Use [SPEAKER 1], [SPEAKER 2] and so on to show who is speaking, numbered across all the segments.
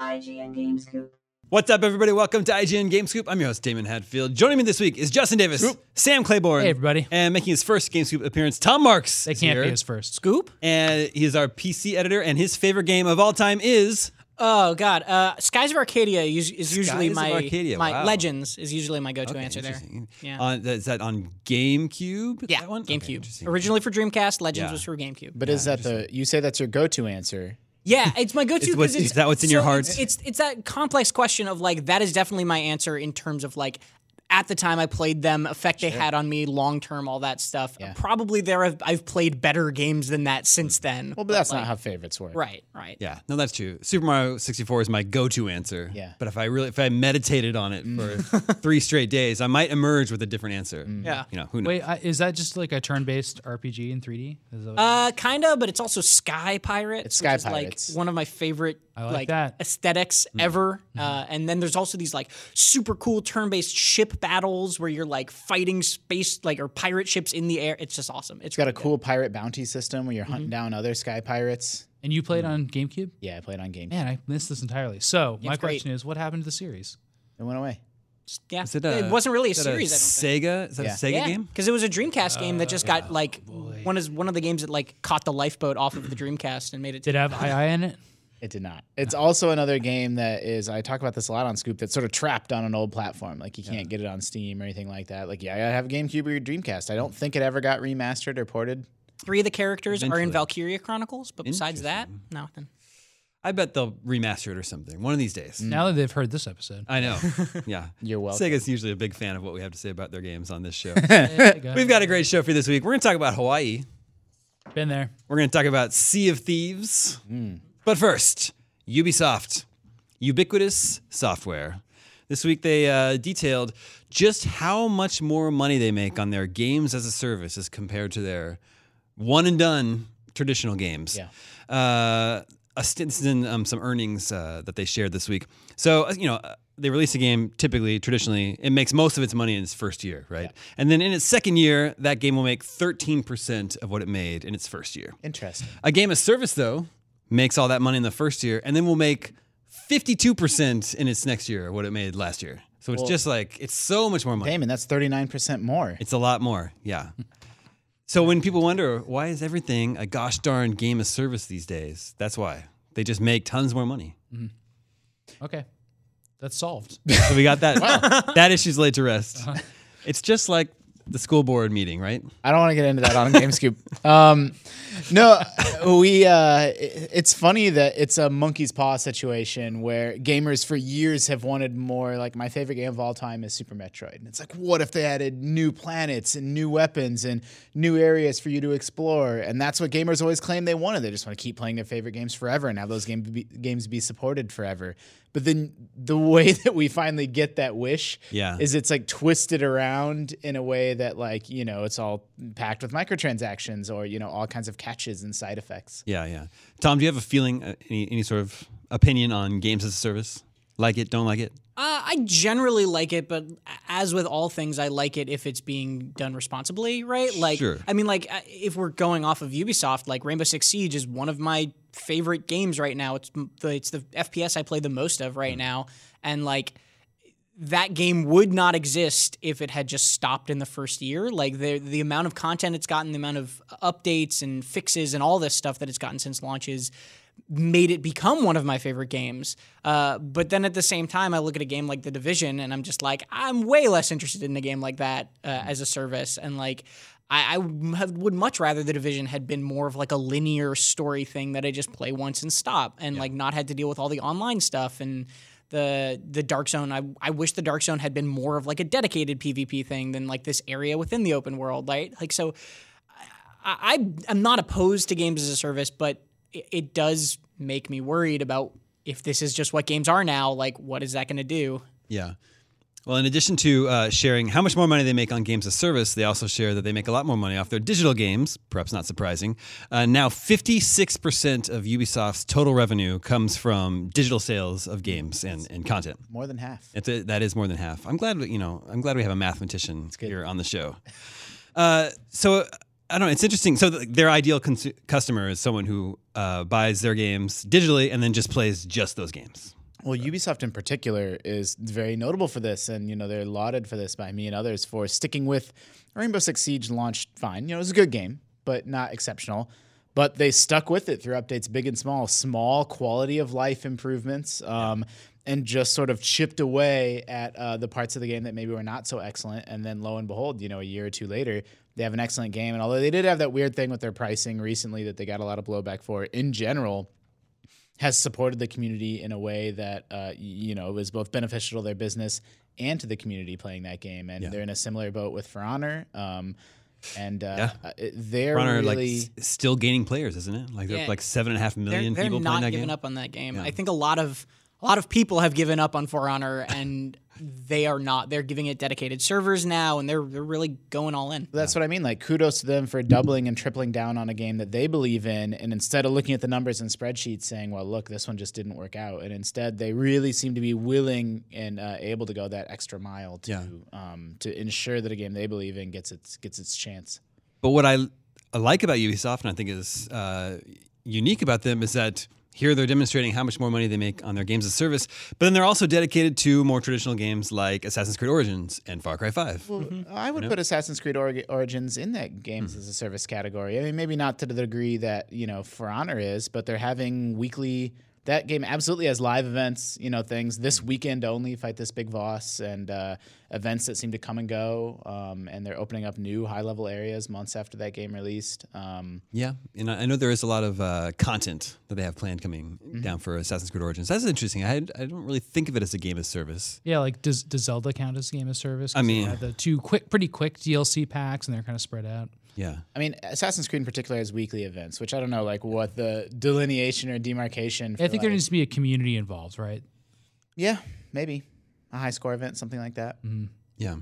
[SPEAKER 1] IGN Games Coop.
[SPEAKER 2] What's up, everybody? Welcome to IGN Game Scoop. I'm your host, Damon Hadfield. Joining me this week is Justin Davis, Sam Claiborne.
[SPEAKER 3] Hey, everybody.
[SPEAKER 2] And making his first Game Scoop appearance, Tom Marks.
[SPEAKER 3] They
[SPEAKER 2] is
[SPEAKER 3] can't
[SPEAKER 2] here.
[SPEAKER 3] be his first. Scoop?
[SPEAKER 2] And he is our PC editor, and his favorite game of all time is.
[SPEAKER 4] Oh God, uh, Skies of Arcadia is, is usually
[SPEAKER 2] Skies of
[SPEAKER 4] my
[SPEAKER 2] Arcadia,
[SPEAKER 4] my
[SPEAKER 2] wow.
[SPEAKER 4] Legends is usually my go-to answer there.
[SPEAKER 2] Interesting.
[SPEAKER 4] Yeah.
[SPEAKER 2] On, that- is that on GameCube?
[SPEAKER 4] yeah,
[SPEAKER 2] that one? Okay,
[SPEAKER 4] GameCube.
[SPEAKER 2] interesting.
[SPEAKER 4] Originally for Dreamcast, Legends
[SPEAKER 2] Yeah.
[SPEAKER 4] was for GameCube.
[SPEAKER 5] But is that the you say that's your go-to answer?
[SPEAKER 4] Yeah, it's my go-to.
[SPEAKER 2] It's what's-
[SPEAKER 4] 'cause it's-
[SPEAKER 2] is that what's in your
[SPEAKER 4] so
[SPEAKER 2] heart?
[SPEAKER 4] It's, it's it's that complex question of like that is definitely my answer in terms of like at the time I played them, effect they had on me, long term, all that stuff. Probably there I've, I've played better games than that
[SPEAKER 2] Hmm.
[SPEAKER 4] since then.
[SPEAKER 5] Well, but that's not how favorites work.
[SPEAKER 4] right, right.
[SPEAKER 2] Yeah, no, that's true. Super Mario 64 is my go-to answer.
[SPEAKER 5] Yeah.
[SPEAKER 2] But if I really, if I meditated on it for three straight days, I might emerge with a different answer.
[SPEAKER 4] Mm. Yeah.
[SPEAKER 2] You know, who knows?
[SPEAKER 3] Wait, I, is that just like a turn-based RPG in 3D? Is that what-
[SPEAKER 4] Uh, kinda, but it's also Sky Pirates.
[SPEAKER 5] It's Sky
[SPEAKER 4] which is,
[SPEAKER 5] Pirates. Mm-hmm.
[SPEAKER 4] Like one of my favorite
[SPEAKER 3] like
[SPEAKER 4] like,
[SPEAKER 3] that.
[SPEAKER 4] aesthetics ever.
[SPEAKER 2] Mm-hmm.
[SPEAKER 4] Uh, and then there's also these like super cool turn-based ship battles where you're like fighting space like or pirate ships in the air. It's just awesome. It's
[SPEAKER 5] It's got a
[SPEAKER 4] really
[SPEAKER 5] cool pirate bounty system where you're hunting down other sky pirates.
[SPEAKER 3] and you played on GameCube?
[SPEAKER 5] Yeah, I played on game.
[SPEAKER 3] Man, I missed this entirely. So my
[SPEAKER 4] It's great.
[SPEAKER 3] question is, what happened to the series?
[SPEAKER 5] It went away.
[SPEAKER 4] good. yeah.
[SPEAKER 2] Is it a-
[SPEAKER 4] wasn't really a
[SPEAKER 2] is that
[SPEAKER 4] series. I I don't think.
[SPEAKER 2] Sega? Is that
[SPEAKER 5] Yeah.
[SPEAKER 2] a Sega
[SPEAKER 4] yeah,
[SPEAKER 2] game? Oh,
[SPEAKER 4] because it was a Dreamcast game that just got like one is one of the games that like caught the lifeboat off of the Dreamcast and made it.
[SPEAKER 3] Did it have II in it?
[SPEAKER 5] It did not. It's also another game that is I talk about this a lot on Scoop that's sort of trapped on an old platform. Like you can't get it on Steam or anything like that. Like yeah, I gotta have a GameCube or your Dreamcast. I don't think it ever got remastered or ported.
[SPEAKER 4] Three of the characters are
[SPEAKER 2] Eventually.
[SPEAKER 4] in Valkyria Chronicles, but besides that, nothing.
[SPEAKER 2] I bet they'll remaster it or something one of these days.
[SPEAKER 3] Now that they've heard this episode,
[SPEAKER 2] I know. Yeah.
[SPEAKER 5] Mm. You're welcome.
[SPEAKER 2] Sega's usually a big fan of what we have to say about their games on this show.
[SPEAKER 3] Hey, got
[SPEAKER 2] We've got a great show for you this week. We're going to talk about Hawaii.
[SPEAKER 3] it. been there.
[SPEAKER 2] We're going to talk about Sea of Thieves. But first, Ubisoft, ubiquitous software. This week they uh, detailed just how much more money they make on their games as a service as compared to their one and done traditional games.
[SPEAKER 5] Yeah.
[SPEAKER 2] Uh, a st- this is in um, some earnings uh, that they shared this week. So, uh, you know, uh, they release a game typically, traditionally, it makes most of its money in its first year, right? And then in its second year, that game will make 13% of what it made in its first year.
[SPEAKER 5] Interesting.
[SPEAKER 2] A game as service, though, makes all that money in the first year and then will make 52% in its next year what it made last year. So it's just like, it's so much more money.
[SPEAKER 5] Damon, that's thirty nine percent more.
[SPEAKER 2] It's a lot more. Yeah. so when people wonder, why is everything a gosh darn game as service these days? That's why. They just make tons more money.
[SPEAKER 3] Okay, that's solved.
[SPEAKER 2] So we got that. That issue's laid to rest. It's just like the school board meeting, right?
[SPEAKER 5] I don't want to get into that on GameScoop. um, no, we. Uh, it- it's funny that it's a monkey's paw situation where gamers for years have wanted more. Like my favorite game of all time is Super Metroid, and it's like, what if they added new planets and new weapons and new areas for you to explore? And that's what gamers always claim they wanted. They just want to keep playing their favorite games forever and have those game be, games be supported forever. But then the way that we finally get that wish
[SPEAKER 2] Yeah.
[SPEAKER 5] is it's like twisted around in a way that like you know it's all packed with microtransactions or you know all kinds of catches and side effects
[SPEAKER 2] Yeah, yeah. Tom, do you have a feeling, uh, any, any sort of opinion on games as a service? Like it, don't like it?
[SPEAKER 4] Uh, I generally like it, but as with all things, I like it if it's being done responsibly, right? Like,
[SPEAKER 2] Sure.
[SPEAKER 4] I mean, like uh, if we're going off of Ubisoft, like Rainbow Six Siege is one of my favorite games right now. It's m- the it's the FPS I play the most of right now, and like that game would not exist if it had just stopped in the first year. Like the the amount of content it's gotten, the amount of updates and fixes and all this stuff that it's gotten since launch is made it become one of my favorite games. Uh, but then at the same time, I look at a game like The Division, and I'm just like, I'm way less interested in a game like that uh, as a service. And like, I, I would have- would much rather The Division had been more of like a linear story thing that I just play once and stop, and like not had to deal with all the online stuff and the the dark zone I, I wish the dark zone had been more of like a dedicated pvp thing than like this area within the open world right like so I, I- I'm not opposed to games as a service, but it, it does make me worried about if this is just what games are now. Like, what is that going to do?
[SPEAKER 2] Yeah. Well, in addition to uh, sharing how much more money they make on games as service, they also share that they make a lot more money off their digital games, perhaps not surprising. Uh, now, 56% of Ubisoft's total revenue comes from digital sales of games and, and content.
[SPEAKER 5] more than half
[SPEAKER 2] It's a, that is more than half. I'm glad we- you know. I'm glad we have a mathematician here on the show. Uh, so I don't know. It's interesting. So th- their ideal consu- customer is someone who uh, buys their games digitally and then just plays just those games.
[SPEAKER 5] Well, Ubisoft in particular is very notable for this, and you know they're lauded for this by me and others for sticking with Rainbow Six Siege. Launched fine, you know it was a good game, but not exceptional. But they stuck with it through updates, big and small, small quality of life improvements, um, and just sort of chipped away at uh, the parts of the game that maybe were not so excellent. And then lo and behold, you know, a year or two later, they have an excellent game. And although they did have that weird thing with their pricing recently that they got a lot of blowback for, in general has supported the community in a way that uh, y- you know was both beneficial to their business and to the community playing that game. And they're in a similar boat with For Honor, um, and uh, uh, they're
[SPEAKER 2] For Honor, like
[SPEAKER 5] really
[SPEAKER 2] s- still gaining players, isn't it? Like they're
[SPEAKER 4] Yeah.
[SPEAKER 2] like seven and a half
[SPEAKER 4] They're,
[SPEAKER 2] million
[SPEAKER 4] they're
[SPEAKER 2] people
[SPEAKER 4] not
[SPEAKER 2] playing that
[SPEAKER 4] giving
[SPEAKER 2] game.
[SPEAKER 4] up on that game. I think a lot of a lot of people have given up on For Honor, and they are not. They're giving it dedicated servers now, and they're they're really going all in.
[SPEAKER 5] That's what I mean. Like, kudos to them for doubling and tripling down on a game that they believe in. And instead of looking at the numbers and spreadsheets saying, well, look, this one just didn't work out. And instead, they really seem to be willing and uh, able to go that extra mile to, um, to ensure that a game they believe in gets its, gets its chance.
[SPEAKER 2] But what I, I like about Ubisoft and I think is uh, unique about them is that here they're demonstrating how much more money they make on their games as service, but then they're also dedicated to more traditional games like Assassin's Creed Origins and Far Cry 5.
[SPEAKER 3] Mm-hmm.
[SPEAKER 5] I would put Assassin's Creed Orig- Origins in that games as a service category. I mean, maybe not to the degree that you know For Honor is, but they're having weekly. That game absolutely has live events, you know, things this
[SPEAKER 3] Mm-hmm.
[SPEAKER 5] weekend only. Fight this big boss and uh, events that seem to come and go. Um, and they're opening up new high level areas months after that game released. Um,
[SPEAKER 2] Yeah, and I I know there is a lot of uh, content that they have planned coming down for Assassin's Creed Origins. That's interesting. I, had- I don't really think of it as a game as service.
[SPEAKER 3] Yeah, like does does Zelda count as game of service? 'Cause
[SPEAKER 2] I
[SPEAKER 3] they
[SPEAKER 2] mean-
[SPEAKER 3] had the two quick, pretty quick DLC packs, and they're kind of spread out.
[SPEAKER 2] Yeah,
[SPEAKER 5] I mean, Assassin's Creed in particular has weekly events, which I don't know, like what the delineation or demarcation. For,
[SPEAKER 3] I think there
[SPEAKER 5] like-
[SPEAKER 3] needs to be a community involved, right?
[SPEAKER 5] yeah, maybe a high score event, something like that.
[SPEAKER 2] yeah.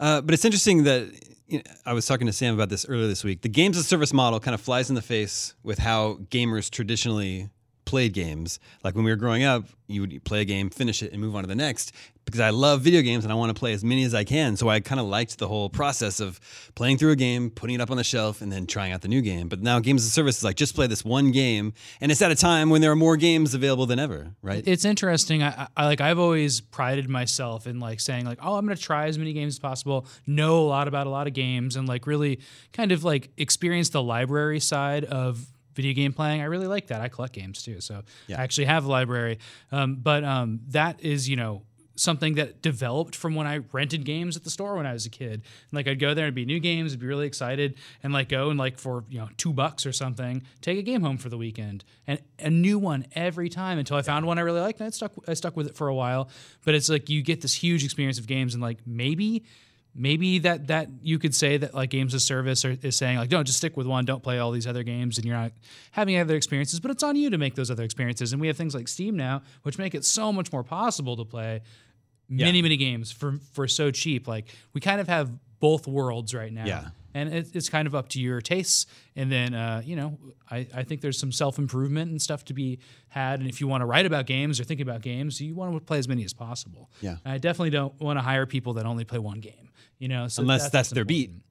[SPEAKER 2] Uh, but it's interesting that you know, I was talking to Sam about this earlier this week. The games as service model kind of flies in the face with how gamers traditionally played games. Like when we were growing up, you would play a game, finish it, and move on to the next. Because I love video games and I want to play as many as I can, so I kind of liked the whole process of playing through a game, putting it up on the shelf, and then trying out the new game. But now games as a service is like just play this one game, and it's at a time when there are more games available than ever, right?
[SPEAKER 3] It's interesting. I, I- I like. I've always prided myself in like saying like, oh, I'm gonna try as many games as possible, know a lot about a lot of games, and like really kind of like experience the library side of video game playing. I really like that. I collect games too, so I actually have a library. Um, but um, that is, you know. Something that developed from when I rented games at the store when I was a kid. And, like I'd go there and be new games, I'd be really excited, and like go and like for you know two bucks or something, take a game home for the weekend and a new one every time until I found one I really liked and I stuck I stuck with it for a while. But it's like you get this huge experience of games and like maybe maybe that that you could say that like games as service are, is saying like don't just stick with one don't play all these other games and you're not having other experiences but it's on you to make those other experiences and we have things like steam now which make it so much more possible to play many many games for for so cheap like we kind of have both worlds right now
[SPEAKER 2] Yeah.
[SPEAKER 3] and it, it's kind of up to your tastes and then uh, you know I, I think there's some self-improvement and stuff to be had and if you want to write about games or think about games you want to play as many as possible
[SPEAKER 2] Yeah.
[SPEAKER 3] i definitely don't want to hire people that only play one game you know so
[SPEAKER 2] Unless that's
[SPEAKER 3] what's
[SPEAKER 2] their beat.
[SPEAKER 3] important.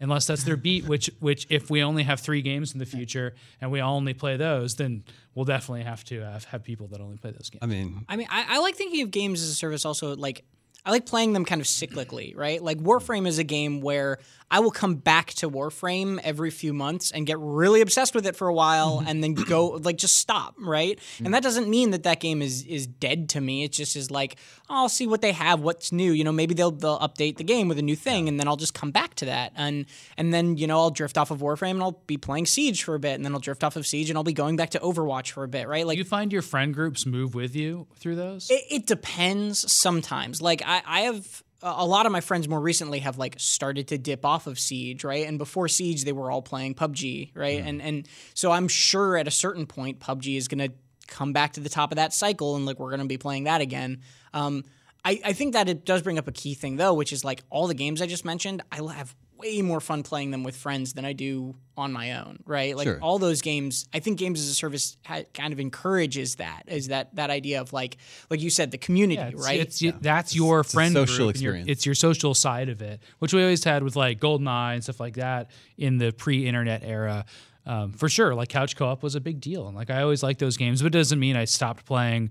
[SPEAKER 3] unless that's their beat which which if we only have three games in the future and we only play those then we'll definitely have to have, have people that only play those games
[SPEAKER 2] I mean,
[SPEAKER 4] I mean, I, I like thinking of games as a service also like I like playing them kind of cyclically, right? Like Warframe is a game where I will come back to Warframe every few months and get really obsessed with it for a while and then go like just stop, right? And that doesn't mean that that game is is dead to me. It just is like I'll see what they have, what's new. You know, maybe they'll they'll update the game with a new thing and then I'll just come back to that. And and then, you know, I'll drift off of Warframe and I'll be playing Siege for a bit and then I'll drift off of Siege and I'll be going back to Overwatch for a bit, right? Like
[SPEAKER 3] do you find your friend groups move with you through those
[SPEAKER 4] it, it depends sometimes. Like I, I have a a lot of my friends more recently have like started to dip off of Siege, right? And before Siege, they were all playing PUBG, right? And and so I'm sure at a certain point, PUBG is gonna come back to the top of that cycle, and like we're gonna be playing that again. Um, I, I think that it does bring up a key thing though, which is like all the games I just mentioned, I have way more fun playing them with friends than I do on my own, right? Like
[SPEAKER 2] Sure.
[SPEAKER 4] all those games, I think games as a service ha- kind of encourages that, is that that idea of like like you said the community,
[SPEAKER 3] Yeah, it's-
[SPEAKER 4] right?
[SPEAKER 3] It's, That's your
[SPEAKER 2] a
[SPEAKER 3] friend
[SPEAKER 2] social
[SPEAKER 3] group and your-
[SPEAKER 2] experience.
[SPEAKER 3] it's your social side of it, which we always had with like GoldenEye and stuff like that in the pre-internet era. Um, for sure, like couch co-op was a big deal, and like I always liked those games, but it doesn't mean I stopped playing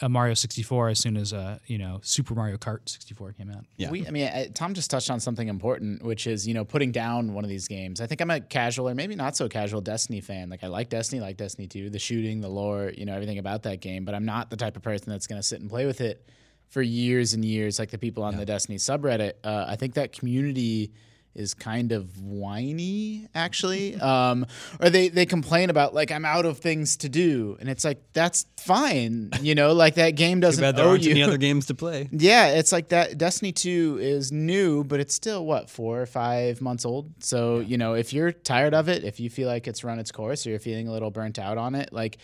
[SPEAKER 3] uh, Mario 64 as soon as uh, you know Super Mario Kart 64 came out.
[SPEAKER 2] Yeah.
[SPEAKER 5] We, I mean, uh, Tom just touched on something important, which is you know putting down one of these games. I think I'm a casual or maybe not so casual Destiny fan. Like I like Destiny, like Destiny 2, the shooting, the lore, you know everything about that game. But I'm not the type of person that's going to sit and play with it for years and years, like the people on the Destiny subreddit. Uh, I think that community is kind of whiny actually um, or they, they complain about like i'm out of things to do and it's like that's fine you know like that game doesn't
[SPEAKER 2] Bad there
[SPEAKER 5] owe
[SPEAKER 2] aren't
[SPEAKER 5] you
[SPEAKER 2] any other games to play.
[SPEAKER 5] yeah, it's like that. Destiny 2 is new, but it's still, what, four or five months old? So, you know, if you're tired of it, if you feel like it's run its course or you're feeling a little burnt out on it, like,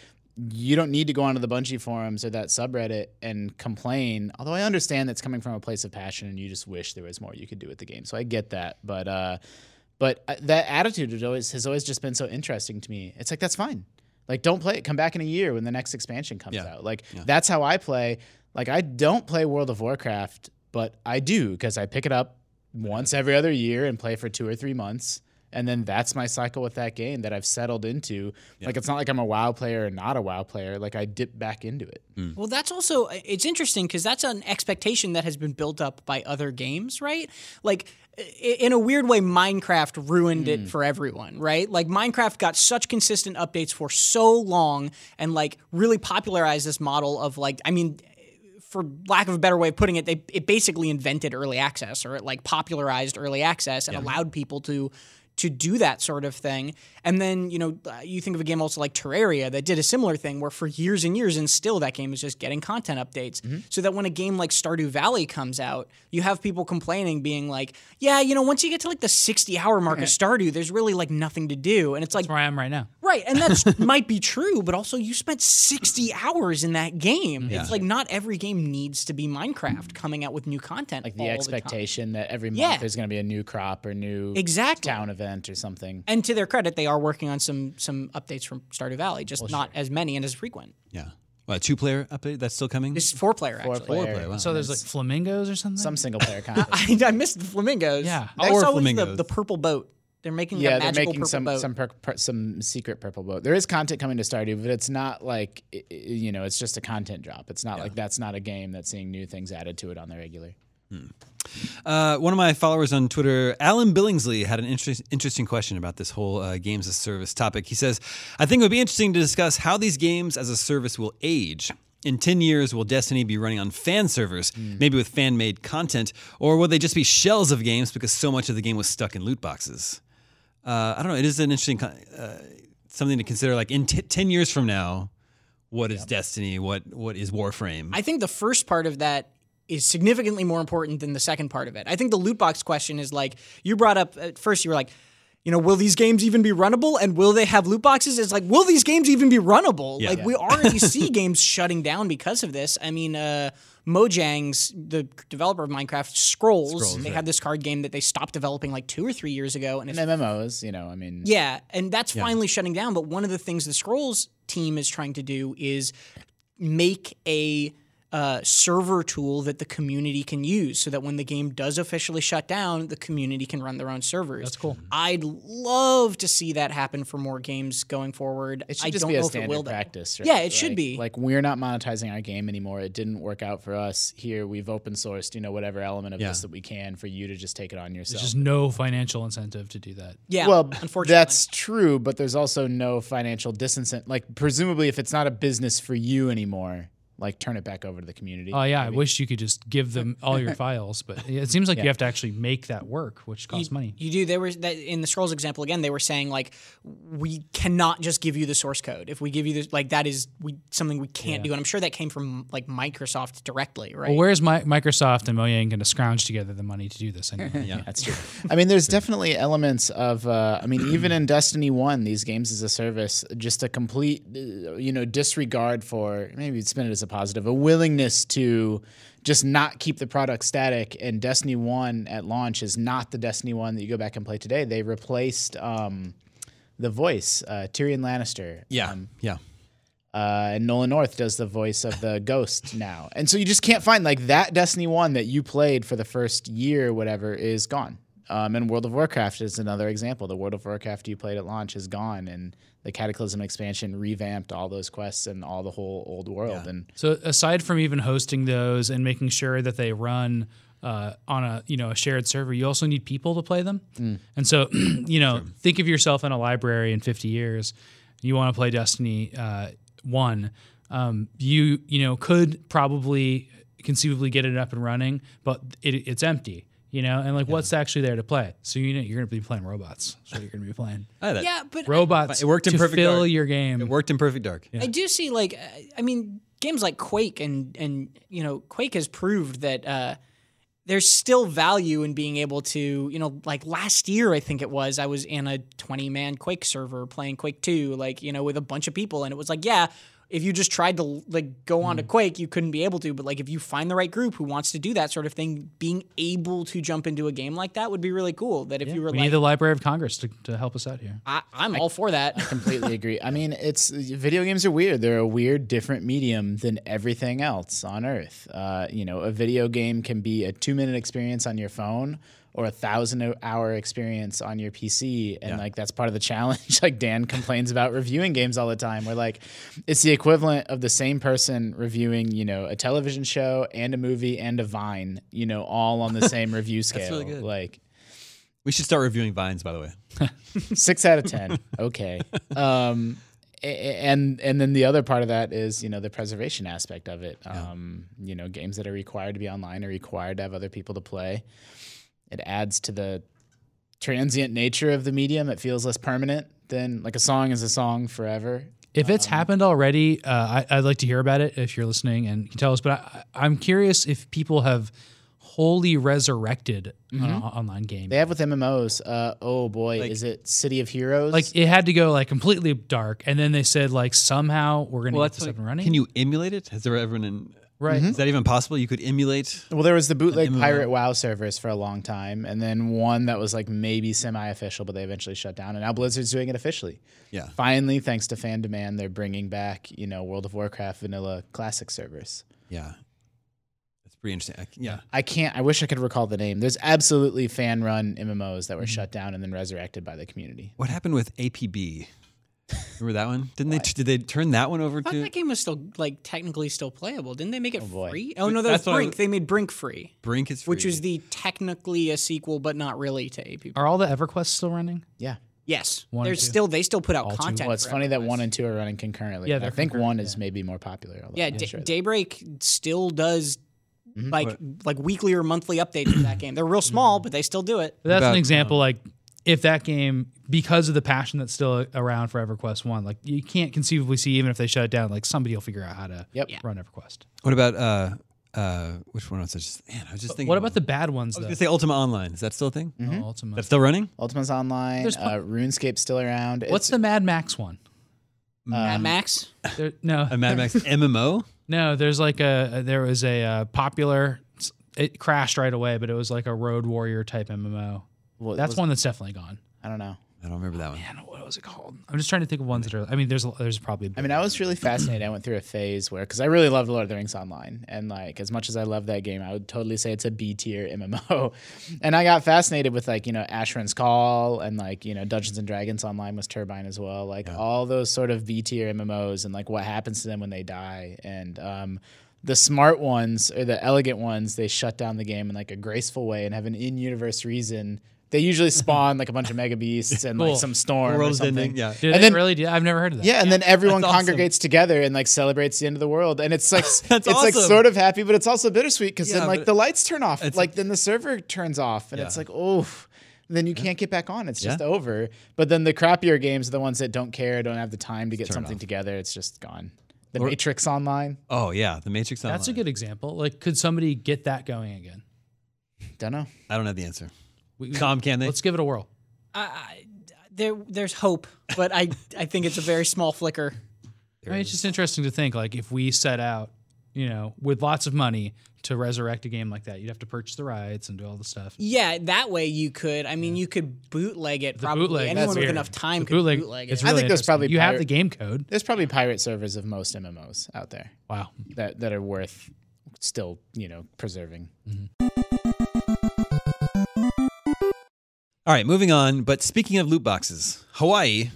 [SPEAKER 5] you don't need to go onto the Bungie forums or that subreddit and complain. Although I understand that's coming from a place of passion and you just wish there was more you could do with the game. So I get that. But, uh, but uh, that attitude has always, has always just been so interesting to me. It's like, that's fine. Like, don't play it. Come back in a year when the next expansion comes
[SPEAKER 2] Yeah.
[SPEAKER 5] out. Like, that's how I play. Like, I don't play World of Warcraft, but I do because I pick it up once every other year and play for two or three months. And then that's my cycle with that game that I've settled into. Like, it's not like I'm a WoW player or not a WoW player. Like, I dip back into it.
[SPEAKER 2] Mm.
[SPEAKER 4] Well, that's also it's interesting because that's an expectation that has been built up by other games, right? Like i- in a weird way Minecraft ruined it for everyone, right? Like Minecraft got such consistent updates for so long and like really popularized this model of like I mean for lack of a better way of putting it, they it basically invented early access or it like popularized early access and allowed people to to do that sort of thing. And then you know uh, you think of a game also like Terraria that did a similar thing where for years and years and still that game is just getting content updates. So that when a game like Stardew Valley comes out, you have people complaining, being like, "Yeah, you know, once you get to like the sixty hour mark of Stardew, there's really like nothing to do." And it's like,
[SPEAKER 3] That's where I am right now.
[SPEAKER 4] Right, and that might be true, but also you spent 60 hours in that game. It's like not every game needs to be Minecraft coming out with new content.
[SPEAKER 5] Like,
[SPEAKER 4] all
[SPEAKER 5] the
[SPEAKER 4] time.
[SPEAKER 5] expectation that every month
[SPEAKER 4] Yeah.
[SPEAKER 5] there's going to be a new crop or new
[SPEAKER 4] Exactly.
[SPEAKER 5] town event or something.
[SPEAKER 4] And to their credit, they are working on some some updates from Stardew Valley, just not as many and as frequent.
[SPEAKER 2] Yeah. What, two player update that's still coming?
[SPEAKER 4] It's four player actually.
[SPEAKER 5] player.
[SPEAKER 2] wow.
[SPEAKER 3] So there's like flamingos or something.
[SPEAKER 5] Some single player content.
[SPEAKER 4] I, I missed the flamingos.
[SPEAKER 3] Yeah.
[SPEAKER 4] That's
[SPEAKER 2] Or
[SPEAKER 4] always the,
[SPEAKER 2] flamingos.
[SPEAKER 4] the purple boat. They're making
[SPEAKER 5] yeah,
[SPEAKER 4] a
[SPEAKER 5] they're
[SPEAKER 4] magical
[SPEAKER 5] making
[SPEAKER 4] purple
[SPEAKER 5] some
[SPEAKER 4] boat.
[SPEAKER 5] some per, per, some secret purple boat. There is content coming to Stardew, but it's not like i- i- you know, it's just a content drop. It's not like that's not a game that's seeing new things added to it on the regular.
[SPEAKER 2] Uh, one of my followers on Twitter, Alan Billingsley, had an interest, interesting question about this whole uh, games as service topic. He says, I think it would be interesting to discuss how these games as a service will age. In 10 years, will Destiny be running on fan servers,
[SPEAKER 4] Hmm.
[SPEAKER 2] maybe with fan made content, or will they just be shells of games because so much of the game was stuck in loot boxes? Uh, I don't know. It is an interesting con- uh, something to consider. Like in t- 10 years from now, what is Destiny? What What is Warframe?
[SPEAKER 4] I think the first part of that is significantly more important than the second part of it. I think the loot box question is like you brought up at first you were like you know, will these games even be runnable and will they have loot boxes? It's like, will these games even be runnable? Like, we already see games shutting down because of this. I mean, uh, Mojang's, the developer of Minecraft, Scrolls, they had this card game that they stopped developing like two or three years ago. And it's
[SPEAKER 5] And MMOs, you know, I mean,
[SPEAKER 4] yeah, and that's finally shutting down. But one of the things the Scrolls team is trying to do is make a uh, server tool that the community can use so that when the game does officially shut down, the community can run their own servers. That's cool. I'd love to see that happen for more games going forward.
[SPEAKER 5] it should
[SPEAKER 4] I
[SPEAKER 5] just
[SPEAKER 4] don't
[SPEAKER 5] be a
[SPEAKER 4] know if it
[SPEAKER 5] standard
[SPEAKER 4] will, though.
[SPEAKER 5] practice.
[SPEAKER 4] Yeah,
[SPEAKER 5] right?
[SPEAKER 4] it should
[SPEAKER 5] Like-
[SPEAKER 4] be.
[SPEAKER 5] Like we're not monetizing our game anymore. It didn't work out for us. Here, we've open sourced, you know, whatever element of this that we can for you to just take it on yourself.
[SPEAKER 3] There's just no financial incentive to do that.
[SPEAKER 4] Yeah,
[SPEAKER 5] well,
[SPEAKER 4] unfortunately.
[SPEAKER 5] that's true, but there's also no financial disincentive. Like, presumably, if it's not a business for you anymore, like turn it back over to the community.
[SPEAKER 3] Oh yeah, I wish you could just give them all your files, but it seems like you have to actually make that work, which costs money.
[SPEAKER 4] You do. They were that in the scrolls example again. They were saying like, we cannot just give you the source code. If we give you this, like that is we something we can't do. And I'm sure that came from like Microsoft directly, right?
[SPEAKER 3] Well, where's my, Microsoft and Mojang going to scrounge together the money to do this? Anyway? yeah.
[SPEAKER 5] That's true. I mean, there's definitely elements of. Uh, I mean, even in Destiny One, these games as a service, just a complete, uh, you know, disregard for maybe you'd spin it as a a positive, a willingness to just not keep the product static. And Destiny One at launch is not the Destiny One that you go back and play today. They replaced um, the voice uh, Tyrion Lannister.
[SPEAKER 2] Yeah.
[SPEAKER 5] Um,
[SPEAKER 2] yeah.
[SPEAKER 5] uh, and Nolan North does the voice of the ghost now, and so you just can't find like that Destiny One that you played for the first year, or whatever, is gone. Um, and World of Warcraft is another example. The World of Warcraft you played at launch is gone, and the Cataclysm expansion revamped all those quests and all the whole old world. And
[SPEAKER 3] So aside from even hosting those and making sure that they run uh, on a you know a shared server, you also need people to play them. And so you know, think of yourself in a library in 50 years. You want to play Destiny uh, One. Um, you you know could probably conceivably get it up and running, but it, it's empty. You know, and like, what's actually there to play? So you know, you're gonna be playing robots. That's what you're gonna be playing.
[SPEAKER 2] I had that.
[SPEAKER 4] Yeah, but
[SPEAKER 3] Robots.
[SPEAKER 2] It worked in
[SPEAKER 3] to
[SPEAKER 2] Perfect
[SPEAKER 3] fill
[SPEAKER 2] Dark.
[SPEAKER 3] your game.
[SPEAKER 2] It worked in Perfect Dark.
[SPEAKER 4] I do see like uh, I mean games like Quake and and you know Quake has proved that uh, there's still value in being able to you know like last year I think it was I was in a 20 man Quake server playing Quake 2 like you know with a bunch of people and it was like yeah if you just tried to like go on to Quake you couldn't be able to but like if you find the right group who wants to do that sort of thing being able to jump into a game like that would be really cool that if you were
[SPEAKER 3] we
[SPEAKER 4] like
[SPEAKER 3] need the Library of Congress to, to help us out here.
[SPEAKER 4] I, I'm all for that
[SPEAKER 5] completely agree. I mean, it's video games are weird. They're a weird, different medium than everything else on Earth. Uh, you know, a video game can be a two-minute experience on your phone or a thousand-hour experience on your PC, and like that's part of the challenge. like Dan complains about reviewing games all the time. We're like, it's the equivalent of the same person reviewing, you know, a television show and a movie and a Vine, you know, all on the same review scale.
[SPEAKER 2] really good.
[SPEAKER 5] Like.
[SPEAKER 2] We should start reviewing Vines, by the way.
[SPEAKER 5] six out of ten. Okay. Um, a- a- and and then the other part of that is you know the preservation aspect of it. Um, You know, games that are required to be online are required to have other people to play. It adds to the transient nature of the medium. It feels less permanent than like a song is a song forever.
[SPEAKER 3] If
[SPEAKER 2] um,
[SPEAKER 3] it's happened already, uh, I, I'd like to hear about it if you're listening and can tell us. But I, I- I'm curious if people have wholly resurrected an
[SPEAKER 2] Mm-hmm.
[SPEAKER 3] o- online game.
[SPEAKER 5] They have with MMOs. Uh, oh boy, is it City of Heroes?
[SPEAKER 3] like it had to go like completely dark, and then they said like somehow we're gonna get this
[SPEAKER 2] like-
[SPEAKER 3] up and running.
[SPEAKER 2] Can you emulate it? Has there ever been?
[SPEAKER 3] Right.
[SPEAKER 2] Is that even possible? You could emulate.
[SPEAKER 5] Well, there was the bootleg pirate WoW servers for a long time, and then one that was like maybe semi-official, but they eventually shut down. And now Blizzard's doing it officially.
[SPEAKER 2] Yeah.
[SPEAKER 5] Finally, thanks to fan demand, they're bringing back you know World of Warcraft vanilla classic servers.
[SPEAKER 2] Yeah. That's pretty interesting. I c- yeah.
[SPEAKER 5] I can't. I wish I could recall the name. There's absolutely fan-run MMOs that were shut down and then resurrected by the community.
[SPEAKER 2] What happened with APB? Remember that one? Didn't they? Did they turn that one over
[SPEAKER 4] I thought
[SPEAKER 2] to
[SPEAKER 4] that game was still like technically still playable. Didn't they make it
[SPEAKER 5] boy.
[SPEAKER 4] free? Oh no, that
[SPEAKER 2] That's
[SPEAKER 4] was
[SPEAKER 2] what I
[SPEAKER 4] Brink.
[SPEAKER 2] was-
[SPEAKER 4] They made Brink free,
[SPEAKER 2] Brink? Is free.
[SPEAKER 4] which was the technically a sequel, but not really to APB.
[SPEAKER 3] Are all the EverQuests still running?
[SPEAKER 5] Yeah.
[SPEAKER 4] yes,
[SPEAKER 3] One or
[SPEAKER 4] there's
[SPEAKER 3] two?
[SPEAKER 4] still they still put out content.
[SPEAKER 5] Well, it's
[SPEAKER 4] for
[SPEAKER 5] funny that
[SPEAKER 4] everyone.
[SPEAKER 5] one and two are running concurrently.
[SPEAKER 3] Yeah,
[SPEAKER 5] and I
[SPEAKER 3] they're
[SPEAKER 5] think
[SPEAKER 3] concurrent,
[SPEAKER 5] one is maybe more popular. although
[SPEAKER 4] Yeah,
[SPEAKER 5] I'm not
[SPEAKER 4] Da-
[SPEAKER 5] sure.
[SPEAKER 4] Daybreak still does like like weekly or monthly updates of that game. They're real small, but they still do it.
[SPEAKER 3] But that's
[SPEAKER 2] About,
[SPEAKER 3] an example. like if that game, because of the passion that's still around for EverQuest One, like you can't conceivably see even if they shut it down, like somebody will figure out how to
[SPEAKER 5] Yep.
[SPEAKER 3] run EverQuest.
[SPEAKER 2] What about uh uh which one was I just man, I was just thinking
[SPEAKER 3] What about the bad ones
[SPEAKER 2] I was
[SPEAKER 3] though?
[SPEAKER 2] gonna say Ultima Online. Is that still a thing?
[SPEAKER 5] Mm-hmm.
[SPEAKER 3] Oh, Ultima.
[SPEAKER 2] That's still running?
[SPEAKER 5] Ultima's online. uh, RuneScape's still around.
[SPEAKER 3] What's the Mad Max one?
[SPEAKER 4] Mad Max.
[SPEAKER 3] There, no,
[SPEAKER 5] Um,
[SPEAKER 2] A Mad Max MMO?
[SPEAKER 3] No, there's like a a- there was a uh, popular. It crashed right away, but it was like a Road Warrior type MMO.
[SPEAKER 5] What
[SPEAKER 3] that's
[SPEAKER 5] was-
[SPEAKER 3] one that's definitely gone.
[SPEAKER 5] I don't know.
[SPEAKER 2] I don't remember that one.
[SPEAKER 3] I don't know what was it called. I'm just trying to think of ones that are. I mean, there's a- there's probably.
[SPEAKER 5] I mean, I was really fascinated. I went through a phase where, because I really loved Lord of the Rings Online, and like as much as I love that game, I would totally say it's a B tier MMO. And I got fascinated with like you know Ashran's Call and like you know Dungeons and Dragons Online was Turbine as well, like all those sort of B tier MMOs and like what happens to them when they die. And um, the smart ones or the elegant ones, they shut down the game in like a graceful way and have an in universe reason. They usually spawn like a bunch of mega beasts and
[SPEAKER 3] Cool.
[SPEAKER 5] like some storm or
[SPEAKER 2] World's
[SPEAKER 5] something.
[SPEAKER 2] ending. Yeah.
[SPEAKER 3] Did
[SPEAKER 5] and
[SPEAKER 3] it
[SPEAKER 5] then-
[SPEAKER 3] really? Do, I've never heard of that.
[SPEAKER 5] Yeah, and then everyone
[SPEAKER 2] That's awesome.
[SPEAKER 5] congregates together and like celebrates the end of the world, and it's like it's like
[SPEAKER 2] awesome.
[SPEAKER 5] sort of happy, but it's also bittersweet because
[SPEAKER 2] Yeah,
[SPEAKER 5] then like
[SPEAKER 2] but
[SPEAKER 5] the lights turn off,
[SPEAKER 2] it's-
[SPEAKER 5] like then the server turns off, and it's
[SPEAKER 2] Yeah.
[SPEAKER 5] like oh, then you can't get back on. It's just
[SPEAKER 2] Yeah.
[SPEAKER 5] over. But then the crappier games are the ones that don't care, don't have the time to get something
[SPEAKER 2] off.
[SPEAKER 5] together. It's just gone. The Matrix Online,
[SPEAKER 2] Oh yeah, the Matrix Online.
[SPEAKER 3] that's a good example. Like, could somebody get that going again?
[SPEAKER 5] don't know.
[SPEAKER 2] I don't have the answer.
[SPEAKER 3] We-
[SPEAKER 2] Tom, can they?
[SPEAKER 3] Let's give it a whirl.
[SPEAKER 4] There there's hope, but I I think it's a very small flicker.
[SPEAKER 3] I mean, it's just interesting to think like if we set out you know, with lots of money to resurrect a game like that. You'd have to purchase the rights and do all the stuff.
[SPEAKER 4] Yeah, that way you could. I mean, you could bootleg it.
[SPEAKER 3] The
[SPEAKER 4] probably
[SPEAKER 3] bootleg,
[SPEAKER 4] anyone
[SPEAKER 3] that's
[SPEAKER 4] with
[SPEAKER 3] weird.
[SPEAKER 4] enough time
[SPEAKER 3] The
[SPEAKER 4] could bootleg, it.
[SPEAKER 3] it's
[SPEAKER 5] I think
[SPEAKER 3] really
[SPEAKER 5] there's
[SPEAKER 3] interesting.
[SPEAKER 5] probably
[SPEAKER 3] you have
[SPEAKER 5] pirate-
[SPEAKER 3] the game code.
[SPEAKER 5] There's probably pirate servers of most MMOs out there
[SPEAKER 3] Wow.
[SPEAKER 5] that, that are worth still, you know, preserving.
[SPEAKER 2] All right, moving on. But speaking of loot boxes, Hawaii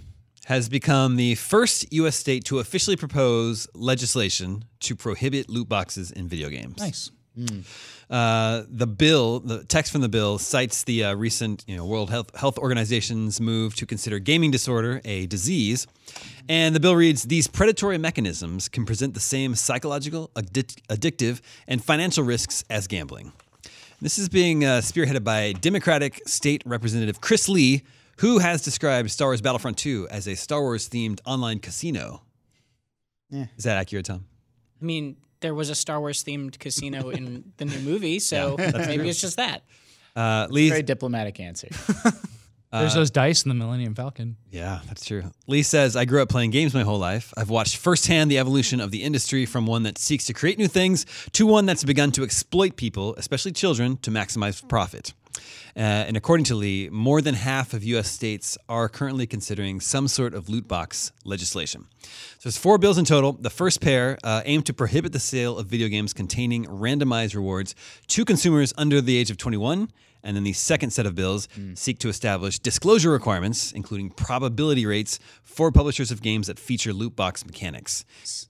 [SPEAKER 2] has become the first U.S. state to officially propose legislation to prohibit loot boxes in video games.
[SPEAKER 3] Nice.
[SPEAKER 2] Uh, the bill, the text from the bill, cites the uh, recent you know, World Health, Health Organization's move to consider gaming disorder a disease. And the bill reads These predatory mechanisms can present the same psychological, addic- addictive, and financial risks as gambling. This is being uh, spearheaded by Democratic State Representative Chris Lee, who has described Star Wars Battlefront 2 as a Star Wars themed online casino. Is that accurate, Tom?
[SPEAKER 4] I mean, there was a Star Wars themed casino in the new movie, so maybe it's just that.
[SPEAKER 2] Uh, Lee's
[SPEAKER 5] Very diplomatic answer.
[SPEAKER 4] Uh,
[SPEAKER 3] There's those dice in the Millennium Falcon.
[SPEAKER 2] Yeah, that's true. Lee says, I grew up playing games my whole life. I've watched firsthand the evolution of the industry from one that seeks to create new things to one that's begun to exploit people, especially children, to maximize profit. Uh, and according to Lee, more than half of U.S. states are currently considering some sort of loot box legislation. So there's four bills in total. The first pair uh, aim to prohibit the sale of video games containing randomized rewards to consumers under the age of 21 and then the second set of bills
[SPEAKER 3] Hmm.
[SPEAKER 2] seek to establish disclosure requirements, including probability rates for publishers of games that feature loot box mechanics.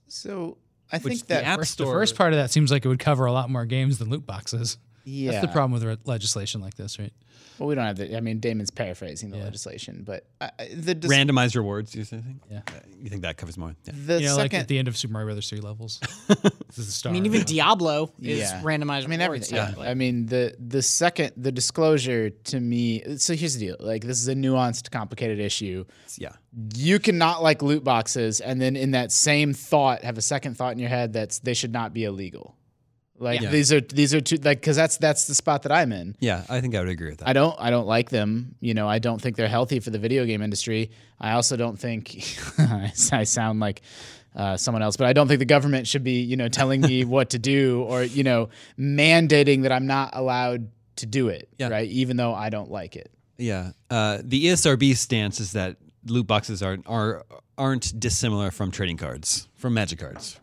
[SPEAKER 5] So I
[SPEAKER 2] Which
[SPEAKER 5] think that
[SPEAKER 2] the App
[SPEAKER 3] The
[SPEAKER 2] Store.
[SPEAKER 3] first part of that seems like it would cover a lot more games than loot boxes.
[SPEAKER 5] yeah,
[SPEAKER 3] That's the problem with re- legislation like this, right?
[SPEAKER 5] Well, we don't have the. I mean, Damon's paraphrasing the legislation, but I, I- the dis-
[SPEAKER 2] Randomized rewards, you think? Uh,
[SPEAKER 3] Yeah. Hmm.
[SPEAKER 2] You think that covers more? Yeah.
[SPEAKER 5] the
[SPEAKER 3] You know, like
[SPEAKER 5] second.
[SPEAKER 3] at the end of Super Mario Brothers 3 levels. this is a star.
[SPEAKER 4] I mean, even Diablo is
[SPEAKER 5] Yeah.
[SPEAKER 4] randomized.
[SPEAKER 5] I mean,
[SPEAKER 4] rewards,
[SPEAKER 5] everything. Yeah.
[SPEAKER 4] technically.
[SPEAKER 5] I mean, the the second the disclosure to me. So here's the deal. Like, this is a nuanced, complicated issue.
[SPEAKER 2] yeah.
[SPEAKER 5] You cannot like loot boxes, and then in that same thought, have a second thought in your head that's they should not be illegal. Like
[SPEAKER 2] Yeah.
[SPEAKER 5] these are these are two like because that's that's the spot that I'm in.
[SPEAKER 2] Yeah, I think I would agree with that.
[SPEAKER 5] I don't I don't like them. You know, I don't think they're healthy for the video game industry. I also don't think I sound like uh, someone else, but I don't think the government should be you know telling me what to do or you know mandating that I'm not allowed to do it.
[SPEAKER 2] Yeah.
[SPEAKER 5] Right, even though I don't like it.
[SPEAKER 2] yeah. Uh, the ESRB stance is that loot boxes are, are, aren't dissimilar from trading cards, from magic cards.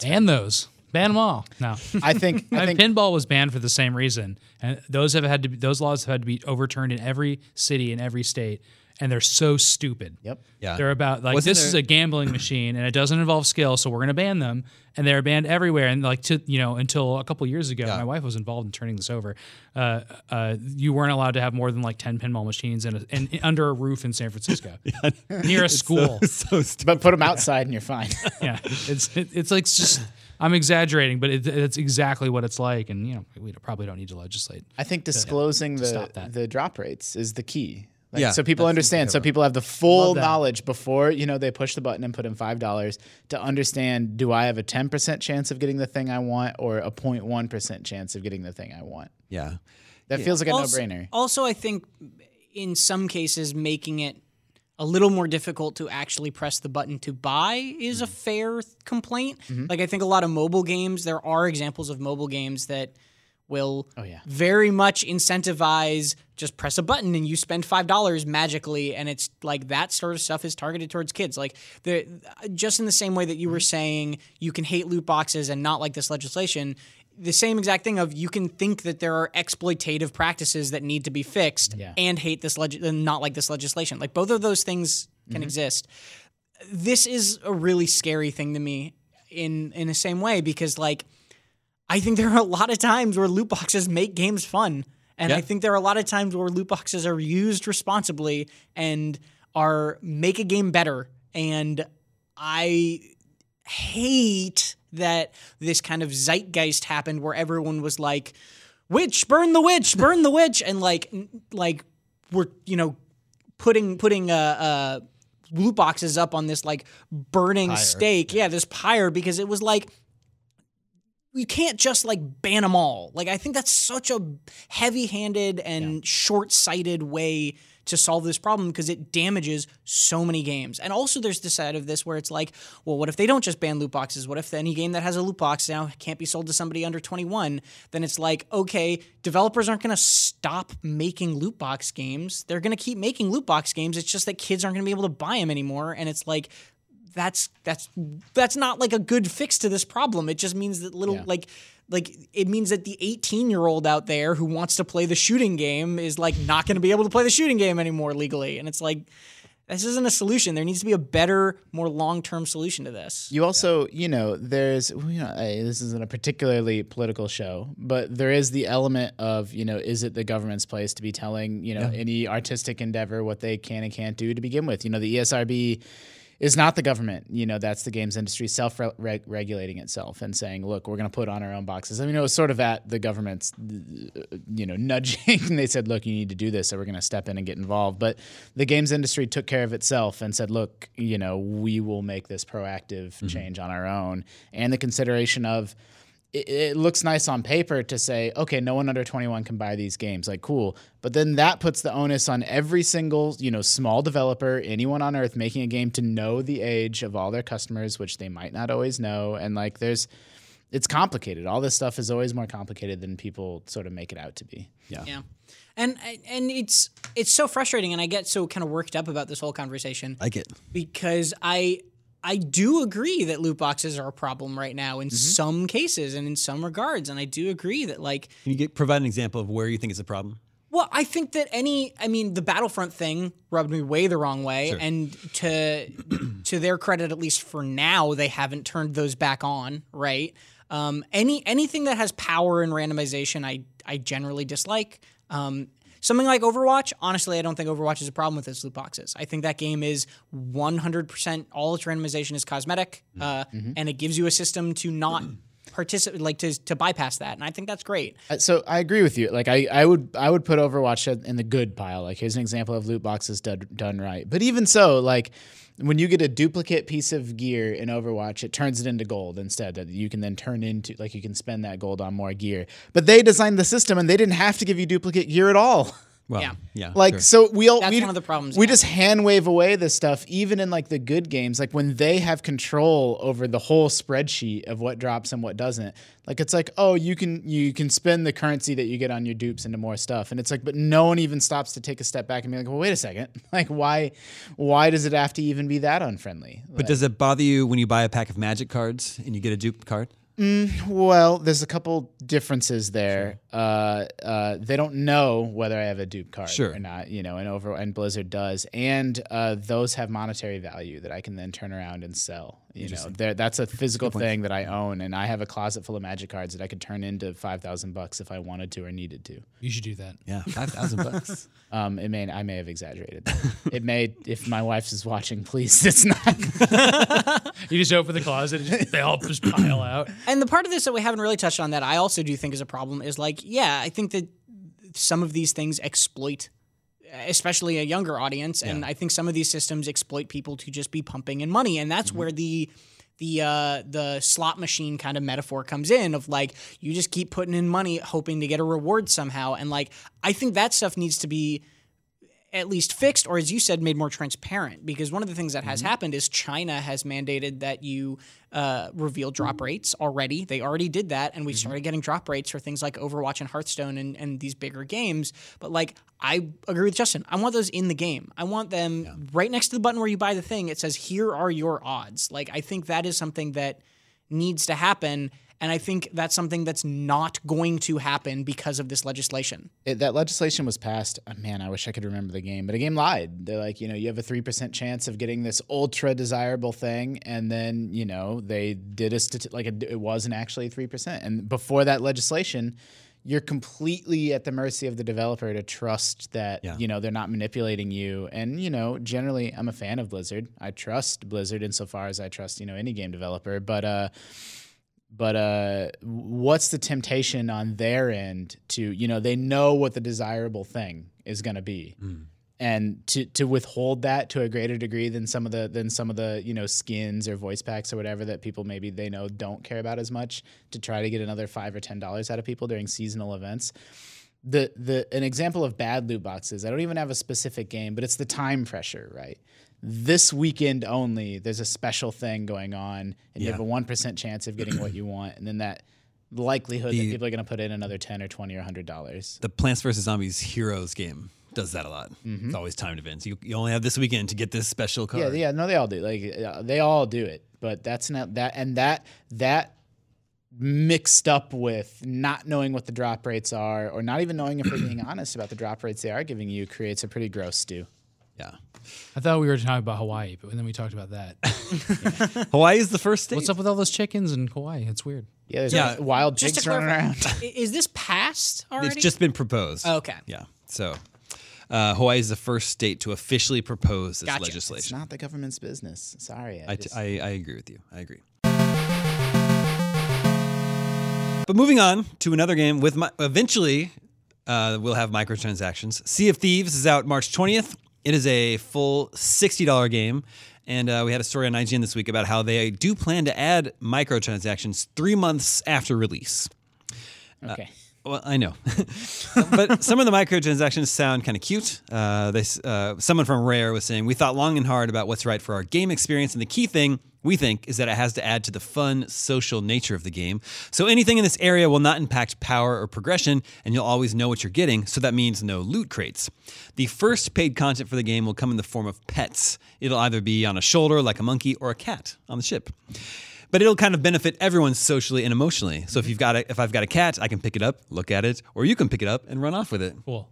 [SPEAKER 3] Ban those. Ban them all. No.
[SPEAKER 5] I think I
[SPEAKER 3] I mean,
[SPEAKER 5] think
[SPEAKER 3] pinball was banned for the same reason, and those have had to be, those laws have had to be overturned in every city in every state, and they're so stupid.
[SPEAKER 5] Yep.
[SPEAKER 2] Yeah.
[SPEAKER 3] they're about like
[SPEAKER 2] Wasn't
[SPEAKER 3] this
[SPEAKER 2] there-
[SPEAKER 3] is a gambling machine, and it doesn't involve skill, so we're going to ban them, and they're banned everywhere. And like to you know, until a couple years ago, my wife was involved in turning this over. Uh, uh, you weren't allowed to have more than like ten pinball machines in, a, in, under a roof in San Francisco, near a school.
[SPEAKER 2] so stupid.
[SPEAKER 5] but put them outside and you're fine.
[SPEAKER 3] yeah, it's it, it's like it's just. I'm exaggerating, but it, it's exactly what it's like, and you know we probably don't need to legislate.
[SPEAKER 5] I think disclosing
[SPEAKER 3] stop
[SPEAKER 5] the
[SPEAKER 3] that.
[SPEAKER 5] the drop rates is the key. Like,
[SPEAKER 2] Yeah,
[SPEAKER 5] so people
[SPEAKER 2] that's
[SPEAKER 5] understand. So people have the full knowledge before you know they push the button and put in five dollars to understand. Do I have a ten percent chance of getting the thing I want, or a 0.1 percent chance of getting the thing I want?
[SPEAKER 2] Yeah.
[SPEAKER 5] That feels like a
[SPEAKER 4] also,
[SPEAKER 5] no-brainer.
[SPEAKER 4] Also, I think in some cases making it a little more difficult to actually press the button to buy is a fair th- complaint. Like I think a lot of mobile games, there are examples of mobile games that will
[SPEAKER 5] yeah.
[SPEAKER 4] very much incentivize just press a button and you spend five dollars magically and it's like that sort of stuff is targeted towards kids like the just in the same way that you were saying you can hate loot boxes and not like this legislation the same exact thing of you can think that there are exploitative practices that need to be fixed and hate this leg and not like this legislation like both of those things can exist this is a really scary thing to me in in the same way because like I think there are a lot of times where loot boxes make games fun. And
[SPEAKER 2] Yeah.
[SPEAKER 4] I think there are a lot of times where loot boxes are used responsibly and are make a game better. And I hate that this kind of zeitgeist happened where everyone was like, witch, burn the witch, burn the witch. And like, n- like we're, you know, putting, putting, uh, uh, loot boxes up on this like burning stake. Yeah, this pyre because it was like you can't just like ban them all. Like I think that's such a heavy-handed and short-sighted way to solve this problem because it damages so many games. And also there's the side of this where it's like, well, what if they don't just ban loot boxes? What if any game that has a loot box now can't be sold to somebody under 21? Then it's like, okay, developers aren't going to stop making loot box games. They're going to keep making loot box games. It's just that kids aren't going to be able to buy them anymore and it's like that's that's that's not like a good fix to this problem. It just means that little like like it means that the 18 year old out there who wants to play the shooting game is like not going to be able to play the shooting game anymore legally. And it's like this isn't a solution. There needs to be a better, more long term solution to this.
[SPEAKER 5] You also, you know, there's, well, you know, eh, this isn't a particularly political show, but there is the element of, you know, is it the government's place to be telling, you know, any artistic endeavor what they can and can't do to begin with? You know, the E ESRB is not the government. You know, that's the games industry self reg- regulating itself and saying, look, we're going to put on our own boxes. I mean, it was sort of at the government's, uh, you know, nudging. they said, look, you need to do this, so we're going to step in and get involved. But the games industry took care of itself and said, look, you know, we will make this proactive change on our own. And the consideration of, it, it looks nice on paper to say, okay, no one under 21 can buy these games. Like, cool. But then that puts the onus on every single, you know, small developer, anyone on earth making a game to know the age of all their customers, which they might not always know. And like, there's, it's complicated. All this stuff is always more complicated than people sort of make it out to be.
[SPEAKER 4] Yeah. And and it's it's so frustrating and I get so kind of worked up about this whole conversation.
[SPEAKER 2] Like it.
[SPEAKER 4] because I I do agree that loot boxes are a problem right now in some cases and in some regards, and I do agree that like
[SPEAKER 2] Can you get, provide an example of where you think it's a problem?
[SPEAKER 4] well, I think that any I mean the Battlefront thing rubbed me way the wrong way, and to to their credit, at least for now, they haven't turned those back on, right? Um, any anything that has power and randomization, I I generally dislike. Um, Something like Overwatch, honestly, I don't think Overwatch is a problem with its loot boxes. I think that game is 100% all its randomization is cosmetic, uh, and it gives you a system to not participate, like to, to bypass that. And I think that's great.
[SPEAKER 5] Uh, So I agree with you. Like I, I would I would put Overwatch in- in the good pile. Like here's an example of loot boxes done, done right. But even so, like when you get a duplicate piece of gear in Overwatch, it turns it into gold instead that you can then turn into like you can spend that gold on more gear. But they designed the system and they didn't have to give you duplicate gear at all.
[SPEAKER 2] Well,
[SPEAKER 4] Yeah.
[SPEAKER 2] yeah
[SPEAKER 5] Like
[SPEAKER 2] sure.
[SPEAKER 5] so we all
[SPEAKER 4] That's
[SPEAKER 5] we,
[SPEAKER 4] one of the problems
[SPEAKER 5] We
[SPEAKER 4] now.
[SPEAKER 5] just hand wave away this stuff even in like the good games like when they have control over the whole spreadsheet of what drops and what doesn't. Like it's like oh you can you can spend the currency that you get on your dupes into more stuff and it's like but no one even stops to take a step back and be like well wait a second like why why does it have to even be that unfriendly?
[SPEAKER 2] But does it bother you when you buy a pack of magic cards and you get a duped card?
[SPEAKER 5] Well, there's a couple differences there. Uh, uh, they don't know whether I have a dupe card
[SPEAKER 2] Sure.
[SPEAKER 5] or not, you know, and over and Blizzard does, and uh, those have monetary value that I can then turn around and sell. You know, They're- that's a physical thing that I own, and I have a closet full of magic cards that I could turn into five thousand bucks if I wanted to or needed to.
[SPEAKER 3] You should do that.
[SPEAKER 2] Yeah, five thousand bucks.
[SPEAKER 5] Um, it may I may have exaggerated. that. it may, if my wife's is watching, please, it's not.
[SPEAKER 3] You just open the closet and just, they all just pile out.
[SPEAKER 4] And the part of this that we haven't really touched on that I also do think is a problem is like, yeah, I think that some of these things exploit especially a younger audience and I think some of these systems exploit people to just be pumping in money and that's where the the uh, the slot machine kind of metaphor comes in of like you just keep putting in money hoping to get a reward somehow and like I think that stuff needs to be at least fixed or as you said made more transparent because one of the things that
[SPEAKER 2] Mm-hmm.
[SPEAKER 4] has happened is china has mandated that you uh, reveal drop
[SPEAKER 2] Mm-hmm.
[SPEAKER 4] rates already they already did that and we started getting drop rates for things like overwatch and hearthstone and, and these bigger games but like i agree with justin i want those in the game i want them right next to the button where you buy the thing it says here are your odds like i think that is something that needs to happen and i think that's something that's not going to happen because of this legislation
[SPEAKER 5] it, that legislation was passed. uh, man, I wish I could remember the game, but a game lied. They're like, you know, you have a three percent chance of getting this ultra desirable thing, and then you know they did a stati- like a, it wasn't actually three percent. And before that legislation, you're completely at the mercy of the developer to trust that you know they're not manipulating you. And you know, generally, I'm a fan of Blizzard. I trust Blizzard insofar as I trust you know any game developer, but. uh but uh, what's the temptation on their end to you know they know what the desirable thing is going to be and to to withhold that to a greater degree than some of the than some of the you know skins or voice packs or whatever that people maybe they know don't care about as much to try to get another five or ten dollars out of people during seasonal events the the an example of bad loot boxes. I don't even have a specific game, but it's the time pressure, right? This weekend only, there's a special thing going on, and you have a one percent chance of getting what you want, and then that likelihood that people are going to put in another ten or twenty or hundred dollars.
[SPEAKER 2] the Plants vs Zombies Heroes game does that a lot. It's always timed events. You, you only have this weekend to get this special card.
[SPEAKER 5] Yeah, yeah, no, they all do. Like uh, they all do it, but that's not that, and that that mixed up with not knowing what the drop rates are, or not even knowing if we're being honest about the drop rates they are giving you, creates a pretty gross stew.
[SPEAKER 2] Yeah.
[SPEAKER 3] I thought we were talking about Hawaii, but then we talked about that.
[SPEAKER 2] Hawaii is the first state.
[SPEAKER 3] What's up with all those chickens in Hawaii? It's weird.
[SPEAKER 5] Yeah, there's
[SPEAKER 2] Yeah.
[SPEAKER 5] wild
[SPEAKER 4] Just
[SPEAKER 5] pigs
[SPEAKER 4] to
[SPEAKER 5] running
[SPEAKER 4] clarify,
[SPEAKER 5] around.
[SPEAKER 4] i- is this past already?
[SPEAKER 2] It's just been proposed.
[SPEAKER 4] okay.
[SPEAKER 2] Yeah. So uh, Hawaii is the first state to officially propose this
[SPEAKER 4] Gotcha.
[SPEAKER 5] It's
[SPEAKER 2] legislation.
[SPEAKER 5] not the government's business. Sorry. I
[SPEAKER 2] I, t-
[SPEAKER 5] just-
[SPEAKER 2] I, I agree with you. I agree. But moving on to another game with my, eventually uh, we'll have microtransactions. Sea of Thieves is out March 20th. It is a full $60 game. And uh, we had a story on IGN this week about how they do plan to add microtransactions three months after release. Uh,
[SPEAKER 5] okay.
[SPEAKER 2] Well, I know, but some of the microtransactions sound kind of cute. Uh, they, s- uh, someone from Rare was saying we thought long and hard about what's right for our game experience, and the key thing we think is that it has to add to the fun, social nature of the game. So anything in this area will not impact power or progression, and you'll always know what you're getting. So that means no loot crates. The first paid content for the game will come in the form of pets. It'll either be on a shoulder like a monkey or a cat on the ship but it'll kind of benefit everyone socially and emotionally. So if you've got a, if I've got a cat, I can pick it up, look at it, or you can pick it up and run off with it.
[SPEAKER 3] Cool.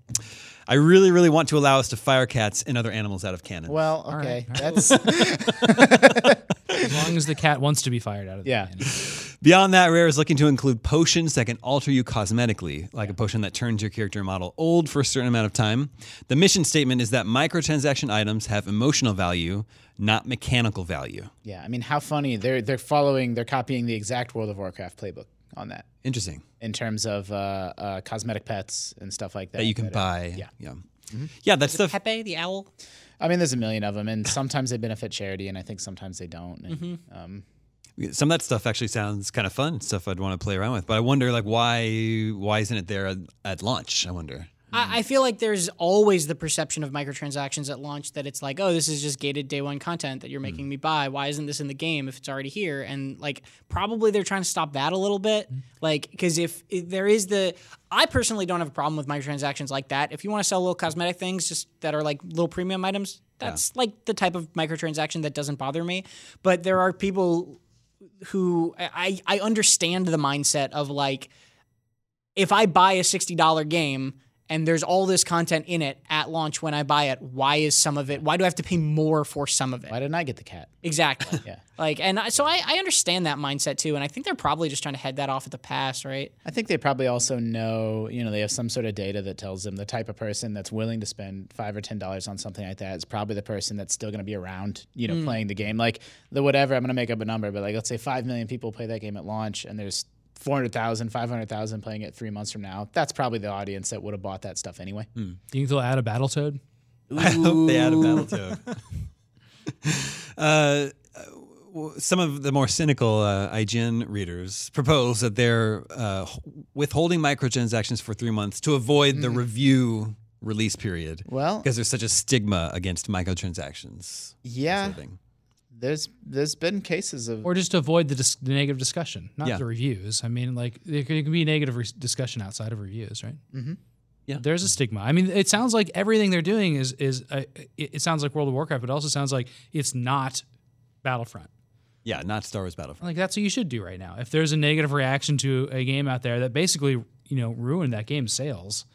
[SPEAKER 2] I really, really want to allow us to fire cats and other animals out of cannon.
[SPEAKER 5] Well, okay. That's
[SPEAKER 3] As long as the cat wants to be fired out of the
[SPEAKER 5] yeah.
[SPEAKER 3] plane.
[SPEAKER 2] Beyond that, Rare is looking to include potions that can alter you cosmetically, like a potion that turns your character model old for a certain amount of time. The mission statement is that microtransaction items have emotional value, not mechanical value.
[SPEAKER 5] Yeah. I mean, how funny. They're they're following, they're copying the exact World of Warcraft playbook on that
[SPEAKER 2] Interesting.
[SPEAKER 5] in terms of uh, uh, cosmetic pets and stuff like that.
[SPEAKER 2] That you can
[SPEAKER 5] But, uh,
[SPEAKER 2] buy.
[SPEAKER 5] yeah.
[SPEAKER 2] Yeah. Yeah, that's the
[SPEAKER 4] Pepe the owl.
[SPEAKER 5] I mean, there's a million of them, and sometimes they benefit charity, and I think sometimes they don't. And,
[SPEAKER 2] Mm-hmm.
[SPEAKER 5] um,
[SPEAKER 2] some of that stuff actually sounds kind of fun stuff i'd want to play around with but i wonder like why why isn't it there at, at launch i wonder
[SPEAKER 4] I, I feel like there's always the perception of microtransactions at launch that it's like, oh, this is just gated day one content that you're
[SPEAKER 2] Hmm.
[SPEAKER 4] making me buy. Why isn't this in the game if it's already here? And like, probably they're trying to stop that a little bit.
[SPEAKER 2] Hmm.
[SPEAKER 4] Like, because if, if there is the, I personally don't have a problem with microtransactions like that. If you want to sell little cosmetic things just that are like little premium items, that's like the type of microtransaction that doesn't bother me. But there are people who I, I understand the mindset of like, if I buy a $60 game and there's all this content in it at launch when I buy it, why is some of it, why do I have to pay more for some of it?
[SPEAKER 5] why didn't I get the cat?
[SPEAKER 4] Exactly.
[SPEAKER 5] Yeah.
[SPEAKER 4] Like, and I, so I, I understand that mindset too. And I think they're probably just trying to head that off at the pass, right?
[SPEAKER 5] I think they probably also know, you know, they have some sort of data that tells them the type of person that's willing to spend five or ten dollars on something like that is probably the person that's still going to be around, you know, playing the game. Like the whatever, I'm going to make up a number, but like let's say five million people play that game at launch, and there's 400,000, 500,000 playing it three months from now. That's probably the audience that would have bought that stuff anyway.
[SPEAKER 3] Do you think they'll add a battle toad?
[SPEAKER 2] i hope they add a battletoad uh, w- uh, some of the more cynical uh, IGN readers propose that they're uh, h- withholding microtransactions for three months to avoid the review release period.
[SPEAKER 5] Mm-hmm. Well-
[SPEAKER 2] because there's such a stigma against microtransactions.
[SPEAKER 5] Yeah,
[SPEAKER 2] Thing.
[SPEAKER 5] there's there's been cases of
[SPEAKER 3] Or just avoid the, dis- the negative discussion, not
[SPEAKER 2] Yeah.
[SPEAKER 3] the reviews. I mean, like, there can, there can be negative re- discussion outside of reviews, right? Mm-hmm.
[SPEAKER 2] Yeah.
[SPEAKER 3] There's a stigma. I mean, it sounds like everything they're doing is, is uh, it, it sounds like World of Warcraft, but it also sounds like it's not Battlefront.
[SPEAKER 2] Yeah, not Star Wars Battlefront.
[SPEAKER 3] Like, that's what you should do right now. If there's a negative reaction to a game out there that basically, you know, ruined that game's sales,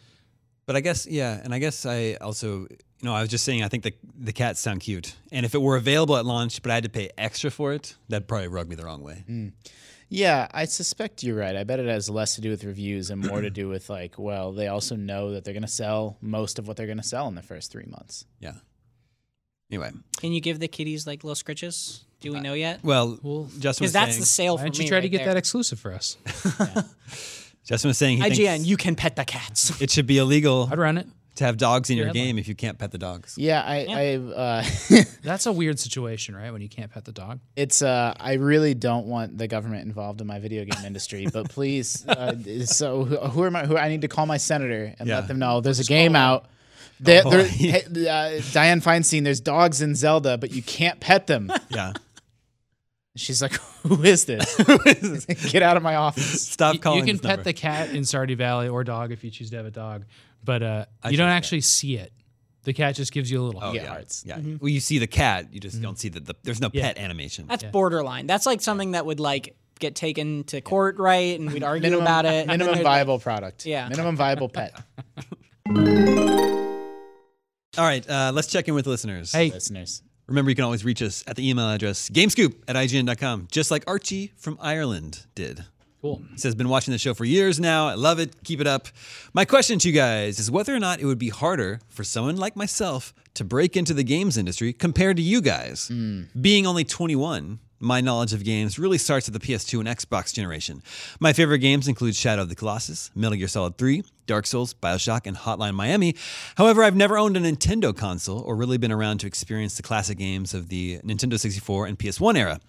[SPEAKER 2] But I guess yeah, and I guess I also you know I was just saying I think the the cats sound cute, and if it were available at launch, but I had to pay extra for it, that'd probably rug me the wrong way.
[SPEAKER 5] Yeah, I suspect you're right. I bet it has less to do with reviews and more to do with like, well, they also know that they're going to sell most of what they're going to sell in the first three months.
[SPEAKER 2] Yeah. Anyway,
[SPEAKER 4] Can you give the kitties like little scritches? Do we know yet?
[SPEAKER 2] well,
[SPEAKER 3] Well,
[SPEAKER 2] Justin was
[SPEAKER 4] Because that's
[SPEAKER 2] saying
[SPEAKER 4] the sale
[SPEAKER 3] why
[SPEAKER 4] for
[SPEAKER 3] don't
[SPEAKER 4] me
[SPEAKER 3] you try to
[SPEAKER 4] right
[SPEAKER 3] get
[SPEAKER 4] there.
[SPEAKER 3] that exclusive for us?
[SPEAKER 2] Justin was saying he thinks
[SPEAKER 4] IGN, you can pet the cats.
[SPEAKER 2] it should be illegal
[SPEAKER 3] I'd run it.
[SPEAKER 2] to have dogs in your
[SPEAKER 3] headline.
[SPEAKER 2] game if you can't pet the dogs.
[SPEAKER 5] Yeah, I, I uh,
[SPEAKER 3] That's a weird situation, right? When you can't pet the dog.
[SPEAKER 5] it's uh, I really don't want the government involved in my video game industry, but please, uh, so who, who am I? Who I need to call my senator and
[SPEAKER 2] Yeah.
[SPEAKER 5] let them know there's a game out. They,
[SPEAKER 2] Oh,
[SPEAKER 5] there-
[SPEAKER 2] yeah.
[SPEAKER 5] hey, uh, Diane Feinstein, there's dogs in Zelda, but you can't pet them.
[SPEAKER 2] Yeah.
[SPEAKER 5] She's like, "Who is this? Get out of my office."
[SPEAKER 2] Stop
[SPEAKER 3] You-
[SPEAKER 2] calling.
[SPEAKER 3] you can
[SPEAKER 2] this
[SPEAKER 3] pet
[SPEAKER 2] number.
[SPEAKER 3] the cat in Sardi Valley or dog if you choose to have a dog, but uh, you
[SPEAKER 2] choose
[SPEAKER 3] don't
[SPEAKER 2] cat.
[SPEAKER 3] actually see it. The cat just gives you a little.
[SPEAKER 2] Oh,
[SPEAKER 3] hug.
[SPEAKER 5] Yeah,
[SPEAKER 2] yeah.
[SPEAKER 5] hearts.
[SPEAKER 2] Yeah.
[SPEAKER 3] Mm-hmm.
[SPEAKER 2] Well, you see the cat, you just don't see that the, there's no pet animation.
[SPEAKER 4] That's borderline. That's like something that would like get taken to court, right? And we'd argue about it. and then
[SPEAKER 5] Minimum
[SPEAKER 4] there'd-
[SPEAKER 5] viable product.
[SPEAKER 4] Yeah.
[SPEAKER 5] Minimum viable pet.
[SPEAKER 2] All right, uh, let's check in with listeners.
[SPEAKER 3] Hey,
[SPEAKER 5] Listeners,
[SPEAKER 2] Remember, you can always reach us at the email address gamescoop at ign.com, just like Archie from Ireland did.
[SPEAKER 3] cool.
[SPEAKER 2] He says, been watching the show for years now. I love it. Keep it up. My question to you guys is whether or not it would be harder for someone like myself to break into the games industry compared to you guys. Being only 21, my knowledge of games really starts at the PS2 and Xbox generation. My favorite games include Shadow of the Colossus, Metal Gear Solid 3, Dark Souls, Bioshock, and Hotline Miami. However, I've never owned a Nintendo console or really been around to experience the classic games of the Nintendo 64 and PS1 era.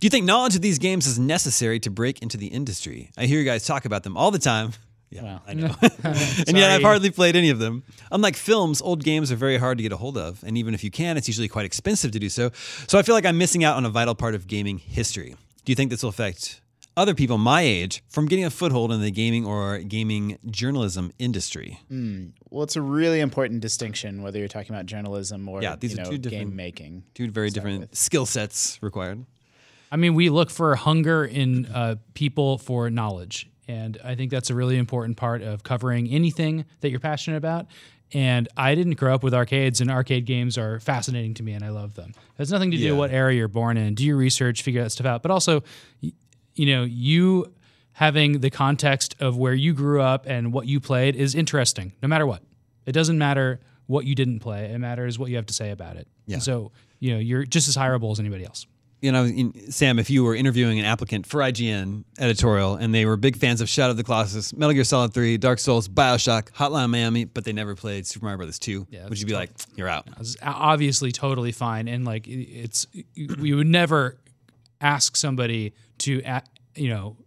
[SPEAKER 2] Do you think knowledge of these games is necessary to break into the industry? I hear you guys talk about them all the time. Yeah, I know. and yet I've hardly played any of them. Unlike films, old games are very hard to get a hold of, and even if you can, it's usually quite expensive to do so. So I feel like I'm missing out on a vital part of gaming history. Do you think this will affect other people my age from getting a foothold in the gaming or gaming journalism industry?
[SPEAKER 5] well, it's a really important distinction whether you're talking about journalism or
[SPEAKER 2] Yeah, these
[SPEAKER 5] you
[SPEAKER 2] are
[SPEAKER 5] know,
[SPEAKER 2] two different-
[SPEAKER 5] game making.
[SPEAKER 2] Two very different skill sets required.
[SPEAKER 3] I mean, we look for hunger in uh, people for knowledge. And I think that's a really important part of covering anything that you're passionate about. And I didn't grow up with arcades, and arcade games are fascinating to me, and I love them. It has nothing to do
[SPEAKER 2] Yeah.
[SPEAKER 3] with what era you're born in. Do your research, figure that stuff out. But also, y- you know, you having the context of where you grew up and what you played is interesting, no matter what. It doesn't matter what you didn't play, it matters what you have to say about it. Yeah. So, you know, you're just as hireable as anybody else.
[SPEAKER 2] you know, in, Sam, if you were interviewing an applicant for IGN editorial and they were big fans of Shadow of the Colossus, Metal Gear Solid 3, Dark Souls, Bioshock, Hotline Miami, but they never played Super Mario Brothers 2, would you be like, you're out?
[SPEAKER 3] is obviously totally fine and like i- it's we would never ask somebody to a- you know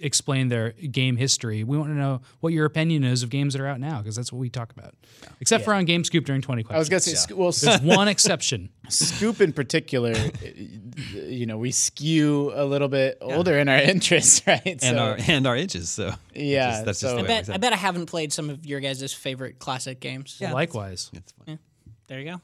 [SPEAKER 3] explain their game history we want to know what your opinion is of games that are out now because that's what we talk about except for on gamescoop during 20 questions
[SPEAKER 5] I was gonna say, sc- well,
[SPEAKER 3] there's one exception
[SPEAKER 5] Scoop in particular, eh, you know, we skew a little bit older in our interests, right?
[SPEAKER 2] And, our, and our inches. So that's
[SPEAKER 5] Yeah,
[SPEAKER 2] just- that's just
[SPEAKER 5] so- I
[SPEAKER 2] the way it
[SPEAKER 4] I bet,
[SPEAKER 2] works
[SPEAKER 4] I
[SPEAKER 2] out.
[SPEAKER 4] bet I haven't played some of your guys' favorite classic games.
[SPEAKER 3] likewise
[SPEAKER 2] It's fine.
[SPEAKER 4] There you go.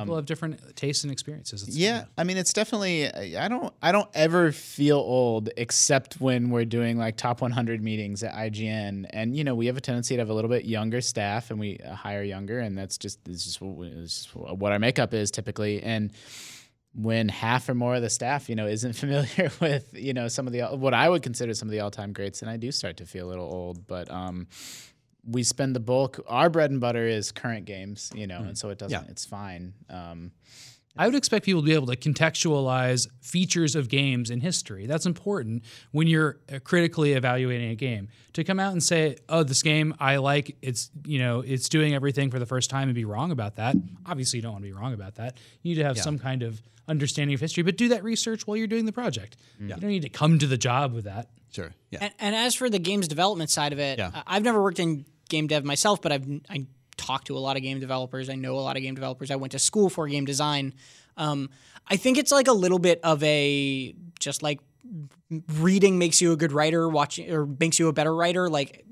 [SPEAKER 3] people have different tastes and experiences It's-
[SPEAKER 5] Um, yeah, I mean, it's definitely. uh, I I don't. I don't ever feel old, except when we're doing like top 100 meetings at IGN, and you know, we have a tendency to have a little bit younger staff, and we uh, hire younger, and that's just it's just, what we- it's just what our makeup is typically, and. when half or more of the staff, you know, isn't familiar with, you know, some of the what I would consider some of the all-time greats, and I do start to feel a little old, but um we spend the bulk our bread and butter is current games, you know, and so it doesn't
[SPEAKER 2] Yeah.
[SPEAKER 5] it's fine. Um
[SPEAKER 3] I would expect people to be able to contextualize features of games in history. That's important when you're uh, critically evaluating a game. To come out and say, "Oh, this game I like, it's, you know, it's doing everything for the first time" and be wrong about that. Obviously, you don't want to be wrong about that. You need to have some kind of understanding of history, but do that research while you're doing the project.
[SPEAKER 5] Mm.
[SPEAKER 3] You don't need to come to the job with that.
[SPEAKER 2] Sure. Yeah.
[SPEAKER 4] And, and as for the games development side of it,
[SPEAKER 2] Yeah.
[SPEAKER 4] I- I've never worked in game dev myself, but I've I talked to a lot of game developers. I know a lot of game developers. I went to school for game design. Um, I think it's like a little bit of a just like reading makes you a good writer, watching or makes you a better writer. Like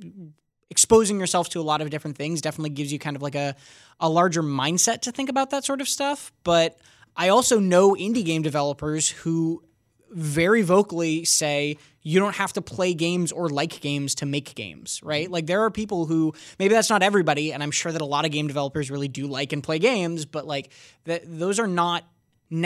[SPEAKER 4] exposing yourself to a lot of different things definitely gives you kind of like a, a larger mindset to think about that sort of stuff. But I also know indie game developers who very vocally say you don't have to play games or like games to make games, right? Like there are people who maybe that's not everybody, and I'm sure that a lot of game developers really do like and play games, but like th- those are not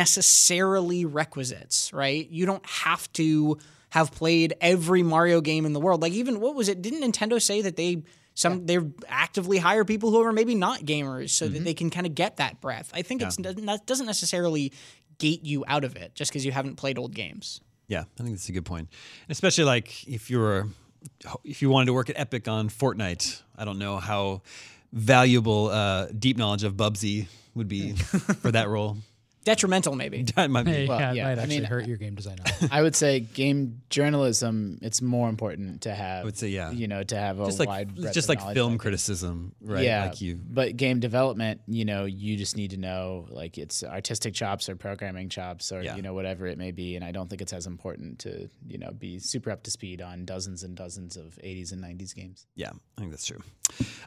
[SPEAKER 4] necessarily requisites, right? You don't have to have played every Mario game in the world. Like even what was it? Didn't Nintendo say that they some they actively hire people who are maybe not gamers so that they can kind of get that breath. I think it's doesn't- that doesn't necessarily gate you out of it just because you haven't played old games.
[SPEAKER 2] Yeah, I think that's a good point. And especially like if you were if you wanted to work at Epic on Fortnite, I don't know how valuable uh, deep knowledge of Bubsy would be for that role.
[SPEAKER 4] Detrimental, maybe.
[SPEAKER 2] That might be.
[SPEAKER 3] Hey, yeah, it
[SPEAKER 5] yeah,
[SPEAKER 3] might
[SPEAKER 5] I
[SPEAKER 3] actually
[SPEAKER 5] mean,
[SPEAKER 3] hurt your game design.
[SPEAKER 5] I would say game journalism. It's more important to have. I
[SPEAKER 2] would say, yeah.
[SPEAKER 5] You know, to have a
[SPEAKER 2] just like
[SPEAKER 5] wide breadth
[SPEAKER 2] just
[SPEAKER 5] of
[SPEAKER 2] like
[SPEAKER 5] knowledge
[SPEAKER 2] film
[SPEAKER 5] like that.
[SPEAKER 2] criticism, right?
[SPEAKER 5] Yeah,
[SPEAKER 2] Like you
[SPEAKER 5] but game development, you know, you just need to know like it's artistic chops or programming chops or
[SPEAKER 2] Yeah.
[SPEAKER 5] you know whatever it may be. And I don't think it's as important to you know be super up to speed on dozens and dozens of 80s and 90s games.
[SPEAKER 2] Yeah, I think that's true.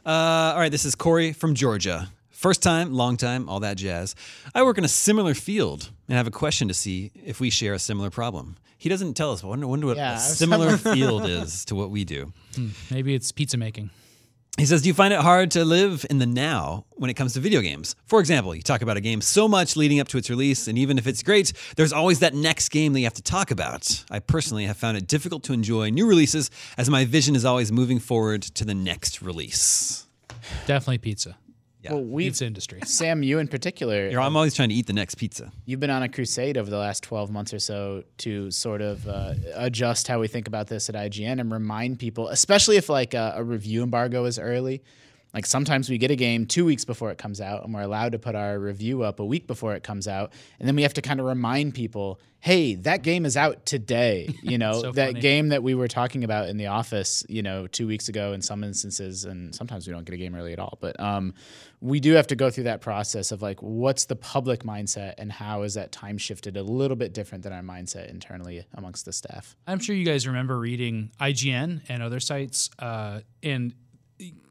[SPEAKER 2] Uh, all right, this is Corey from Georgia. First time, long time, all that jazz. I work in a similar field and have a question to see if we share a similar problem. He doesn't tell us. but I wonder, wonder what
[SPEAKER 5] Yeah, I
[SPEAKER 2] a
[SPEAKER 5] was-
[SPEAKER 2] similar field is to what we do.
[SPEAKER 3] Maybe it's pizza making.
[SPEAKER 2] He says, Do you find it hard to live in the now when it comes to video games? For example, you talk about a game so much leading up to its release, and even if it's great, there's always that next game that you have to talk about. I personally have found it difficult to enjoy new releases as my vision is always moving forward to the next release.
[SPEAKER 3] Definitely pizza.
[SPEAKER 2] Yeah.
[SPEAKER 5] Well, we've
[SPEAKER 3] Pizza industry.
[SPEAKER 5] Sam, you in particular,
[SPEAKER 2] You know, I'm always trying to eat the next pizza.
[SPEAKER 5] You've been on a crusade over the last 12 months or so to sort of uh, adjust how we think about this at IGN and remind people, especially if like uh, a, a review embargo is early. Like sometimes we get a game two weeks before it comes out, and we're allowed to put our review up a week before it comes out, and then we have to kind of remind people, "Hey, that game is out today." You know,
[SPEAKER 3] So
[SPEAKER 5] that
[SPEAKER 3] funny.
[SPEAKER 5] game that we were talking about in the office, you know, two weeks ago in some instances, and sometimes we don't get a game early at all. But um, we do have to go through that process of like, what's the public mindset and how is that time shifted a little bit different than our mindset internally amongst the staff?
[SPEAKER 3] I'm sure you guys remember reading IGN and other sites uh, and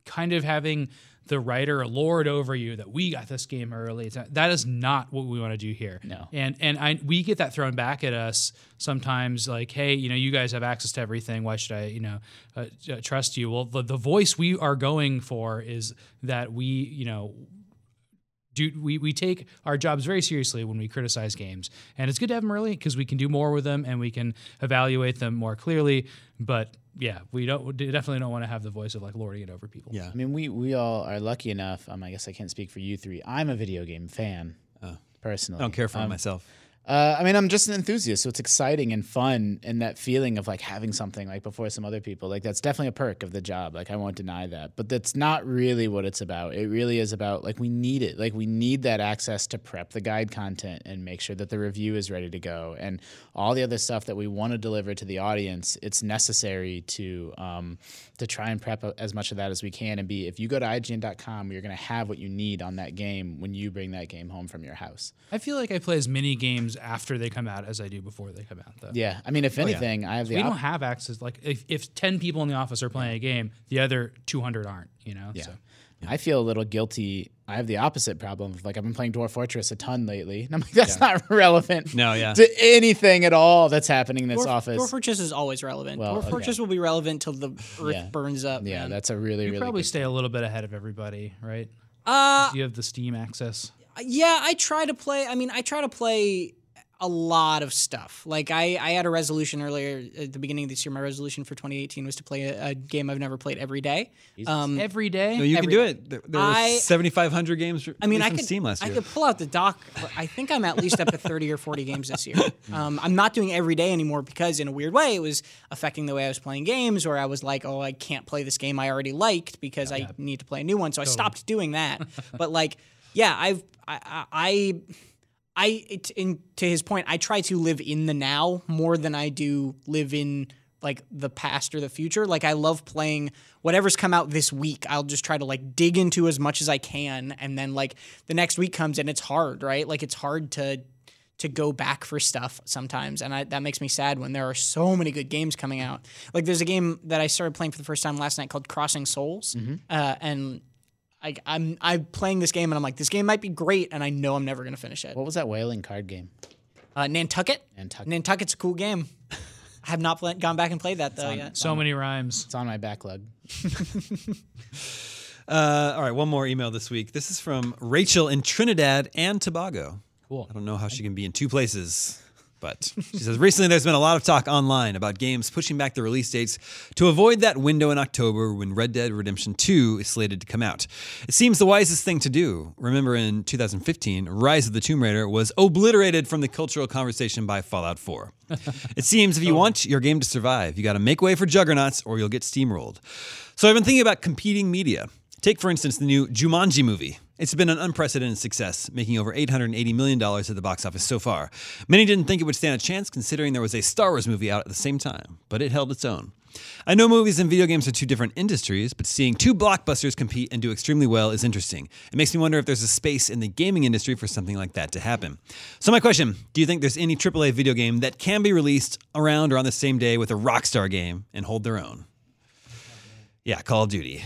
[SPEAKER 3] kind of having the writer lord over you that we got this game early. It's not- That is not what we want to do here.
[SPEAKER 5] No.
[SPEAKER 3] And and I we get that thrown back at us sometimes like, hey, you know, you guys have access to everything. Why should I, you know, uh, uh, trust you? Well, the, the voice we are going for is that we, you know, do we, we take our jobs very seriously when we criticize games and it's good to have them early because we can do more with them and we can evaluate them more clearly but yeah we don't we definitely don't want to have the voice of like lording it over people
[SPEAKER 2] Yeah.
[SPEAKER 5] I mean, we we all are lucky enough. Um, I guess I can't speak for you three. I'm a video game fan personally.
[SPEAKER 2] Uh, I don't care for
[SPEAKER 4] Um,
[SPEAKER 2] myself.
[SPEAKER 5] Uh, I mean, I'm just an enthusiast, so it's exciting and fun, and that feeling of like having something like before some other people, like that's definitely a perk of the job. Like I won't deny that, but that's not really what it's about. It really is about like we need it, like we need that access to prep the guide content and make sure that the review is ready to go and all the other stuff that we want to deliver to the audience. It's necessary to um, to try and prep as much of that as we can and be. If you go to IGN.com, you're going to have what you need on that game when you bring that game home from your house.
[SPEAKER 3] i feel like i play as many games after they come out as i do before they come out though
[SPEAKER 5] Yeah, I mean, if anything, I have the
[SPEAKER 3] we
[SPEAKER 5] op-
[SPEAKER 3] don't have access like if, if 10 people in the office are playing a game the other 200 aren't you know yeah. so
[SPEAKER 5] I feel a little guilty. I have the opposite problem. Like I've been playing Dwarf Fortress a ton lately, and I'm like, that's not relevant.
[SPEAKER 2] No, yeah.
[SPEAKER 5] to anything at all that's happening in this
[SPEAKER 4] Dwarf,
[SPEAKER 5] office.
[SPEAKER 4] Dwarf Fortress is always relevant.
[SPEAKER 5] Well,
[SPEAKER 4] Dwarf
[SPEAKER 5] okay.
[SPEAKER 4] Fortress will be relevant till the earth
[SPEAKER 5] Yeah.
[SPEAKER 4] burns up.
[SPEAKER 5] yeah,
[SPEAKER 4] man.
[SPEAKER 5] that's a really
[SPEAKER 3] you
[SPEAKER 5] really.
[SPEAKER 3] probably
[SPEAKER 5] good-
[SPEAKER 3] stay a little bit ahead of everybody right
[SPEAKER 4] Uh,
[SPEAKER 3] you have the steam access
[SPEAKER 4] yeah, I try to play. I mean, I try to play a lot of stuff. Like I, I had a resolution earlier at the beginning of this year. My resolution for 2018 was to play a, a game I've never played every day. Um,
[SPEAKER 3] every day
[SPEAKER 2] No, you can
[SPEAKER 4] every-
[SPEAKER 2] do it. There, there were
[SPEAKER 4] I-
[SPEAKER 2] 7,500 games.
[SPEAKER 4] I mean, I
[SPEAKER 2] from
[SPEAKER 4] could
[SPEAKER 2] Steam last
[SPEAKER 4] I
[SPEAKER 2] year.
[SPEAKER 4] could pull out the doc. but I think I'm at least up to 30 or 40 games this year. Um, I'm not doing every day anymore because, in a weird way, it was affecting the way I was playing games. Or I was like, oh, I can't play this game I already liked because I need to play a new one. So I stopped doing that. but like, yeah, I've I I. I I it, in, to his point, I try to live in the now more than I do live in like the past or the future. Like I love playing whatever's come out this week. I'll just try to like dig into as much as I can, and then like the next week comes and it's hard, right? Like it's hard to to go back for stuff sometimes, and I, that makes me sad when there are so many good games coming out. Like there's a game that I started playing for the first time last night called Crossing Souls, uh, and. I, I'm I'm playing this game and I'm like this game might be great and I know I'm never gonna finish it.
[SPEAKER 5] What was that whaling card game?
[SPEAKER 4] Uh, Nantucket.
[SPEAKER 5] Nantucket.
[SPEAKER 4] Nantucket's a cool game. I have not pla gone back and played that though yet.
[SPEAKER 3] so many rhymes
[SPEAKER 5] It's on my backlog.
[SPEAKER 2] Uh, all right, one more email this week. This is from Rachel in Trinidad and Tobago. Cool. I don't know how she can be in two places, but she says recently there's been a lot of talk online about games pushing back the release dates to avoid that window in October when Red Dead Redemption 2 is slated to come out. It seems the wisest thing to do. Remember in 2015, Rise of the Tomb Raider was obliterated from the cultural conversation by Fallout 4. it seems if you want your game to survive, you got to make way for juggernauts or you'll get steamrolled. So I've been thinking about competing media. Take, for instance, the new Jumanji movie. It's been an unprecedented success, making over $880 million at the box office so far. Many didn't think it would stand a chance considering there was a Star Wars movie out at the same time, but it held its own. I know movies and video games are two different industries, but seeing two blockbusters compete and do extremely well is interesting. It makes me wonder if there's a space in the gaming industry for something like that to happen. So, my question do you think there's any AAA video game that can be released around or on the same day with a Rockstar game and hold their own? Yeah, Call of Duty.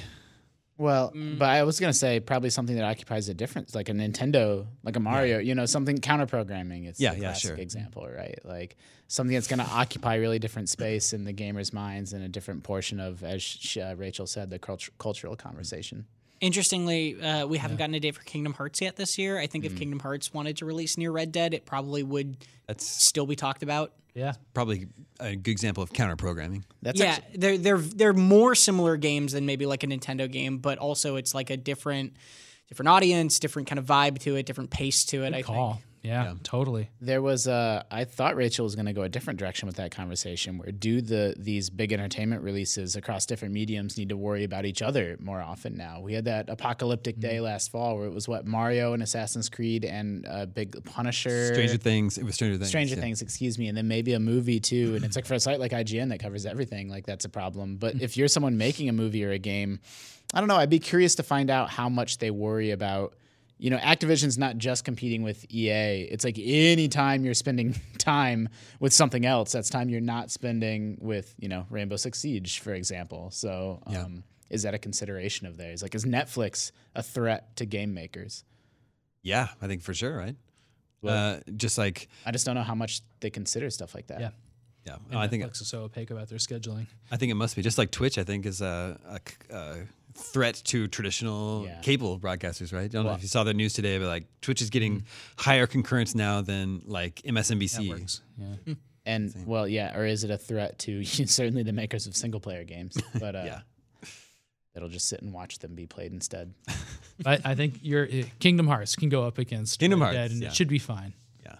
[SPEAKER 5] Well,
[SPEAKER 2] Mm.
[SPEAKER 5] but I was gonna say probably something that occupies a difference, like a Nintendo, like a Mario, you know, something counter-programming. It's
[SPEAKER 2] Yeah,
[SPEAKER 5] the
[SPEAKER 2] yeah,
[SPEAKER 5] classic
[SPEAKER 2] sure.
[SPEAKER 5] example, right? Like something that's gonna occupy really different space in the gamers' minds and a different portion of, as sh uh, Rachel said, the cultu- cultural conversation.
[SPEAKER 4] Interestingly, uh, we haven't gotten a date for Kingdom Hearts yet this year. I think if Kingdom Hearts wanted to release near Red Dead, it probably would
[SPEAKER 2] That's
[SPEAKER 4] still be talked about.
[SPEAKER 3] Yeah.
[SPEAKER 2] probably a good example of counter programming.
[SPEAKER 5] That's
[SPEAKER 4] yeah, they're they're they're more similar games than maybe like a Nintendo game, but also it's like a different different audience, different kind of vibe to it, different pace to it. I think.
[SPEAKER 3] Call. Yeah, Totally.
[SPEAKER 5] There was a. I thought Rachel was going to go a different direction with that conversation. Where do the these big entertainment releases across different mediums need to worry about each other more often now? We had that apocalyptic day last fall where it was what Mario and Assassin's Creed and uh, Big Punisher,
[SPEAKER 2] Stranger Things. It was Stranger Things.
[SPEAKER 5] Stranger
[SPEAKER 2] yeah.
[SPEAKER 5] Things, excuse me, and then maybe a movie too. And it's like for a site like IGN that covers everything, like that's a problem. But if you're someone making a movie or a game, I don't know. I'd be curious to find out how much they worry about. You know, Activision's not just competing with EA. It's like any time you're spending time with something else, that's time you're not spending with you know Rainbow Six Siege, for example. So, um, is that a consideration of theirs? Like, is Netflix a threat to game makers?
[SPEAKER 2] Yeah, I think for sure, right? uh, just like,
[SPEAKER 5] I just don't know how much they consider stuff like that.
[SPEAKER 3] Yeah.
[SPEAKER 2] yeah, I think
[SPEAKER 3] Netflix is so opaque about their scheduling.
[SPEAKER 2] I think it must be just like Twitch. I think is a, a c- a threat to traditional
[SPEAKER 5] Yeah.
[SPEAKER 2] cable broadcasters, right? I don't know if you saw the news today, but like Twitch is getting
[SPEAKER 5] Mm-hmm.
[SPEAKER 2] higher concurrence now than like MSNBC.
[SPEAKER 3] Yeah.
[SPEAKER 5] And well, yeah, or is it a threat to certainly the makers of single player games? But uh,
[SPEAKER 2] Yeah.
[SPEAKER 5] it'll just sit and watch them be played instead.
[SPEAKER 3] I, I think your uh, Kingdom Hearts can go up against
[SPEAKER 2] Kingdom
[SPEAKER 3] Red
[SPEAKER 2] Hearts,
[SPEAKER 3] Dead, and
[SPEAKER 2] yeah.
[SPEAKER 3] it should be fine.
[SPEAKER 2] Yeah.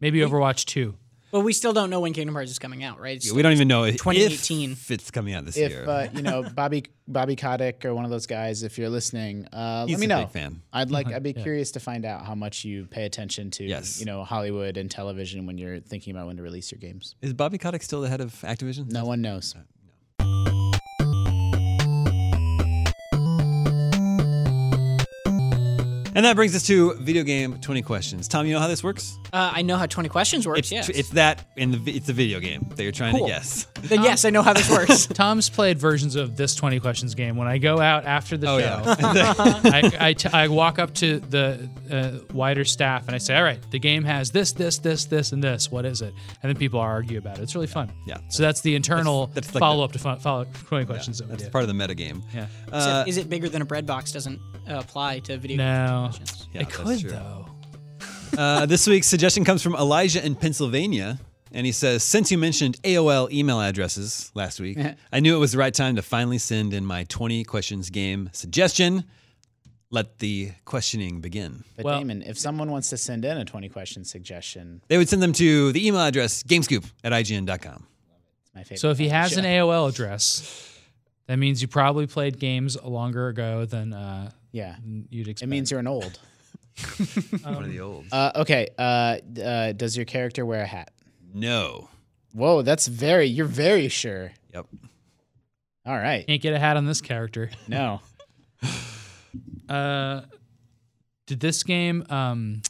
[SPEAKER 3] Maybe Overwatch two.
[SPEAKER 4] But we still don't know when Kingdom Hearts is coming out, right? It's
[SPEAKER 2] Yeah, we don't even know if,
[SPEAKER 4] 2018.
[SPEAKER 2] if it's coming out this year.
[SPEAKER 5] If uh, you know Bobby Bobby Kotick or one of those guys, if you're listening, uh,
[SPEAKER 2] He's
[SPEAKER 5] let me
[SPEAKER 2] a
[SPEAKER 5] know.
[SPEAKER 2] big fan.
[SPEAKER 5] I'd like. I'd be curious to find out how much you pay attention to,
[SPEAKER 2] Yes.
[SPEAKER 5] you know, Hollywood and television when you're thinking about when to release your games.
[SPEAKER 2] is Bobby Kotick still the head of Activision?
[SPEAKER 5] No one knows.
[SPEAKER 2] And that brings us to video game 20 questions. Tom, you know how this works?
[SPEAKER 4] Uh, I know how 20 questions works.
[SPEAKER 2] It's,
[SPEAKER 4] yes.
[SPEAKER 2] it's that and the, vi- it's a video game that you're trying
[SPEAKER 4] Cool.
[SPEAKER 2] to guess.
[SPEAKER 4] Then yes, I know how this works.
[SPEAKER 3] Tom's played versions of this 20 questions game. When I go out after the
[SPEAKER 2] Oh,
[SPEAKER 3] show,
[SPEAKER 2] yeah.
[SPEAKER 3] I, I, t- I walk up to the uh, wider staff and I say, All right, the game has this, this, this, this, and this. What is it? And then people argue about it. It's really fun.
[SPEAKER 2] Yeah.
[SPEAKER 3] So that's the internal
[SPEAKER 2] That's- that's like
[SPEAKER 3] follow up to fun, follow 20 questions that we
[SPEAKER 2] That's
[SPEAKER 3] did.
[SPEAKER 2] part of the metagame.
[SPEAKER 3] yeah.
[SPEAKER 4] Except is it bigger than a bread box? Doesn't uh, apply to video
[SPEAKER 3] No.
[SPEAKER 4] games. questions.
[SPEAKER 2] Yeah,
[SPEAKER 3] it
[SPEAKER 2] that's
[SPEAKER 3] could,
[SPEAKER 2] true.
[SPEAKER 3] though.
[SPEAKER 2] Uh, this week's suggestion comes from Elijah in Pennsylvania. And he says, since you mentioned AOL email addresses last week, I knew it was the right time to finally send in my 20 questions game suggestion. Let the questioning begin.
[SPEAKER 5] But
[SPEAKER 3] Well-
[SPEAKER 5] Damon, if someone wants to send in a 20 question suggestion,
[SPEAKER 2] They would send them to the email address gamescoop at ign.com.
[SPEAKER 5] it's my favorite.
[SPEAKER 3] So if he has an AOL address, that means you probably played games longer ago than uh,
[SPEAKER 5] yeah,
[SPEAKER 3] you'd expect.
[SPEAKER 5] it means you're an old.
[SPEAKER 2] One of the old.
[SPEAKER 5] Uh, okay. Uh, d- uh, does your character wear a hat?
[SPEAKER 2] no.
[SPEAKER 5] Whoa, that's very. You're very sure.
[SPEAKER 2] Yep.
[SPEAKER 5] All right.
[SPEAKER 3] can't get a hat on this character.
[SPEAKER 5] No.
[SPEAKER 3] Uh, did this game? Um,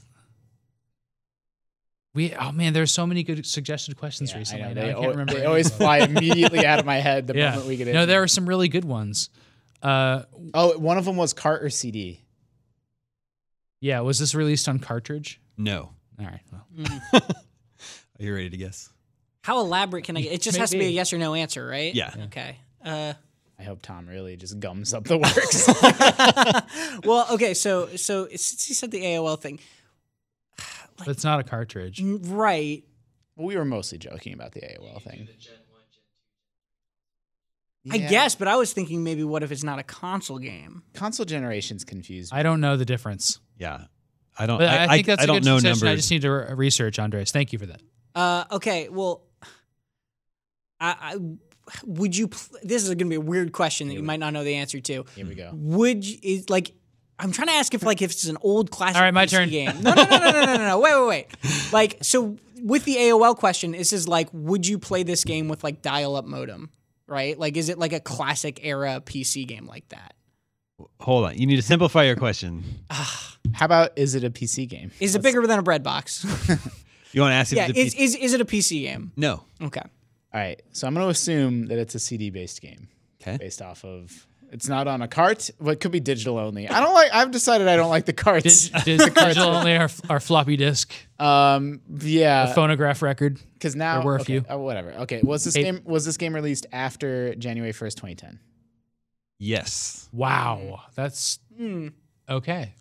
[SPEAKER 3] we oh man, there's so many good suggested questions
[SPEAKER 5] Yeah, I,
[SPEAKER 3] recently.
[SPEAKER 5] know.
[SPEAKER 3] and I
[SPEAKER 5] They,
[SPEAKER 3] can't
[SPEAKER 5] al-
[SPEAKER 3] remember.
[SPEAKER 5] they
[SPEAKER 3] any
[SPEAKER 5] always
[SPEAKER 3] of them.
[SPEAKER 5] fly immediately out of my head the
[SPEAKER 3] yeah.
[SPEAKER 5] moment we get in.
[SPEAKER 3] no, there were some really good ones. Uh,
[SPEAKER 5] oh, one of them was cart or CD.
[SPEAKER 3] yeah, was this released on cartridge?
[SPEAKER 2] No.
[SPEAKER 3] All right. Well,
[SPEAKER 2] Are you ready to guess?
[SPEAKER 4] How elaborate can I get? It just has to be a
[SPEAKER 3] Maybe.
[SPEAKER 4] yes or no answer, right?
[SPEAKER 2] Yeah.
[SPEAKER 4] Okay. Uh,
[SPEAKER 5] I hope Tom really just gums up the works.
[SPEAKER 4] well, okay. So, so since you said the AOL thing,
[SPEAKER 3] but it's not a cartridge.
[SPEAKER 4] right?
[SPEAKER 5] we were mostly joking about the AOL thing.
[SPEAKER 4] I
[SPEAKER 5] Yeah.
[SPEAKER 4] guess, but I was thinking maybe what if it's not a console game?
[SPEAKER 5] Console generations confused. me.
[SPEAKER 3] I don't know the difference.
[SPEAKER 2] Yeah. I
[SPEAKER 5] Oh,
[SPEAKER 2] don't
[SPEAKER 3] But
[SPEAKER 2] I,
[SPEAKER 3] I, think that's
[SPEAKER 2] I
[SPEAKER 3] a
[SPEAKER 2] don't
[SPEAKER 3] good
[SPEAKER 2] know
[SPEAKER 3] suggestion.
[SPEAKER 2] numbers.
[SPEAKER 3] I just need to re- research, Andres. Thank you for that.
[SPEAKER 4] Uh, okay. Well, Uh, I, I would you? Pl- this is going to be a weird question that you might not know the answer to. Here
[SPEAKER 5] we go.
[SPEAKER 4] Would you, is like I'm trying to ask if like if it's an old classic.
[SPEAKER 3] All right, my
[SPEAKER 4] PC
[SPEAKER 3] turn.
[SPEAKER 4] Game. No, no, no, no, no, no, no, no. Wait, wait, wait. Like so with the AOL question, this is like, would you play this game with like dial-up modem? Right? Like, is it like a classic era PC game like that?
[SPEAKER 2] Hold on. You need to simplify your question.
[SPEAKER 5] How about is it a PC game?
[SPEAKER 4] Is it bigger than a bread box?
[SPEAKER 2] You want to ask if
[SPEAKER 4] yeah.
[SPEAKER 2] it's a
[SPEAKER 4] Is,
[SPEAKER 2] piece-
[SPEAKER 4] is is it a PC game?
[SPEAKER 2] No.
[SPEAKER 4] Okay.
[SPEAKER 5] All right, so I'm going to assume that it's a CD based game.
[SPEAKER 2] 'Kay.
[SPEAKER 5] Based off of. It's not on a cart, but it could be digital only. I don't like. I've decided I don't like the carts.
[SPEAKER 3] Dis- digital only our, our floppy disk,
[SPEAKER 5] Um, yeah,
[SPEAKER 3] phonograph record.
[SPEAKER 5] because now
[SPEAKER 3] There were a
[SPEAKER 5] okay,
[SPEAKER 3] few.
[SPEAKER 5] oh, whatever. Okay, was this
[SPEAKER 3] Eight.
[SPEAKER 5] game was this game released after January first, 2010?
[SPEAKER 2] Yes.
[SPEAKER 3] Wow,
[SPEAKER 5] hmm.
[SPEAKER 3] that's okay.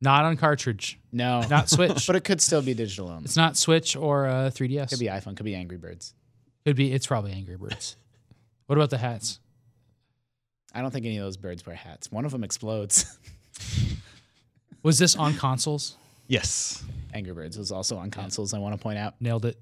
[SPEAKER 3] Not on cartridge,
[SPEAKER 5] No,
[SPEAKER 3] not Switch.
[SPEAKER 5] But it could still be digital only.
[SPEAKER 3] it's not Switch or uh, 3DS.
[SPEAKER 5] Could be iPhone. Could be Angry Birds.
[SPEAKER 3] Could be. It's probably Angry Birds. what about the hats?
[SPEAKER 5] I don't think any of those birds wear hats. One of them explodes.
[SPEAKER 3] Was this on consoles?
[SPEAKER 2] Yes.
[SPEAKER 5] Angry Birds was also on consoles. I want to point out.
[SPEAKER 3] Nailed it.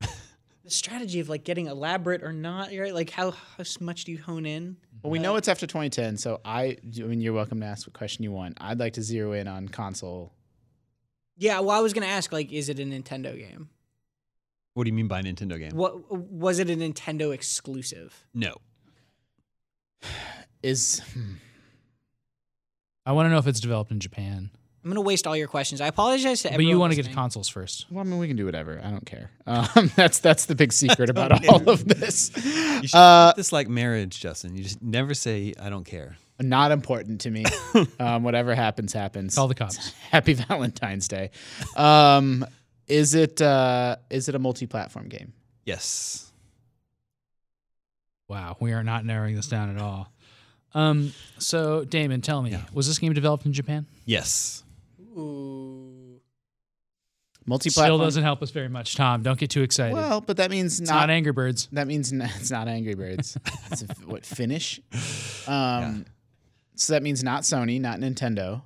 [SPEAKER 4] The strategy of like getting elaborate or not, right? Like how how much do you hone in?
[SPEAKER 5] Well, we know it's after 2010, so I. I mean, you're welcome to ask what question you want. I'd like to zero in on console.
[SPEAKER 4] Yeah, well, I was gonna ask, like, is it a Nintendo game?
[SPEAKER 2] What do you mean by a Nintendo game?
[SPEAKER 4] What was it a Nintendo exclusive?
[SPEAKER 2] No.
[SPEAKER 5] Is hmm,
[SPEAKER 3] I want to know if it's developed in Japan.
[SPEAKER 4] I'm gonna waste all your questions. I apologize to
[SPEAKER 3] but
[SPEAKER 4] everyone.
[SPEAKER 3] you want to get to
[SPEAKER 4] listening.
[SPEAKER 3] consoles first.
[SPEAKER 5] well, I mean, we can do whatever. I don't care. Um, that's that's the big secret about all of this.
[SPEAKER 2] You should
[SPEAKER 5] Uh,
[SPEAKER 2] this like marriage, Justin. You just never say I don't care.
[SPEAKER 5] not important to me. Um, whatever happens, happens.
[SPEAKER 3] Call the cops.
[SPEAKER 5] Happy Valentine's Day. Um, is it uh, is it a multi-platform game?
[SPEAKER 2] Yes.
[SPEAKER 3] Wow, we are not narrowing this down at all. Um, so Damon, tell me, was this game developed in Japan?
[SPEAKER 2] Yes.
[SPEAKER 4] Ooh.
[SPEAKER 5] Multi-platform.
[SPEAKER 3] Still doesn't help us very much, Tom. Don't get too excited.
[SPEAKER 5] Well, but that means
[SPEAKER 3] it's not,
[SPEAKER 5] not.
[SPEAKER 3] Angry Birds.
[SPEAKER 5] that means n- it's not Angry Birds. it's a, f- what Finnish? Um, So that means not Sony, not Nintendo.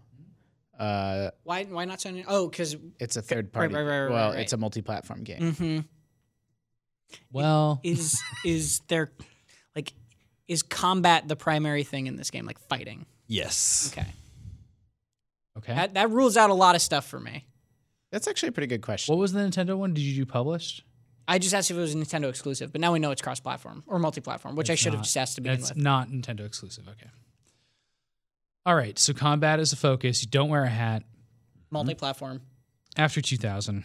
[SPEAKER 5] Uh,
[SPEAKER 4] Why why not Sony? Oh, because
[SPEAKER 5] it's a third party.
[SPEAKER 4] right, right, right,
[SPEAKER 5] well,
[SPEAKER 4] right, Mm.
[SPEAKER 5] it's a multi-platform game.
[SPEAKER 3] Well,
[SPEAKER 4] is is there like is combat the primary thing in this game? Like fighting.
[SPEAKER 2] Yes.
[SPEAKER 4] Okay.
[SPEAKER 3] okay.
[SPEAKER 4] That that rules out a lot of stuff for me.
[SPEAKER 5] That's actually a pretty good question.
[SPEAKER 3] what was the Nintendo one? Did you do published?
[SPEAKER 4] I just asked if it was Nintendo exclusive, but now we know it's cross platform or multi platform, which I should have
[SPEAKER 3] not.
[SPEAKER 4] just asked to begin
[SPEAKER 3] That's
[SPEAKER 4] with.
[SPEAKER 3] not Nintendo exclusive. Okay. All right. So combat is the focus. You don't wear a hat.
[SPEAKER 4] Multi platform.
[SPEAKER 3] After 2000.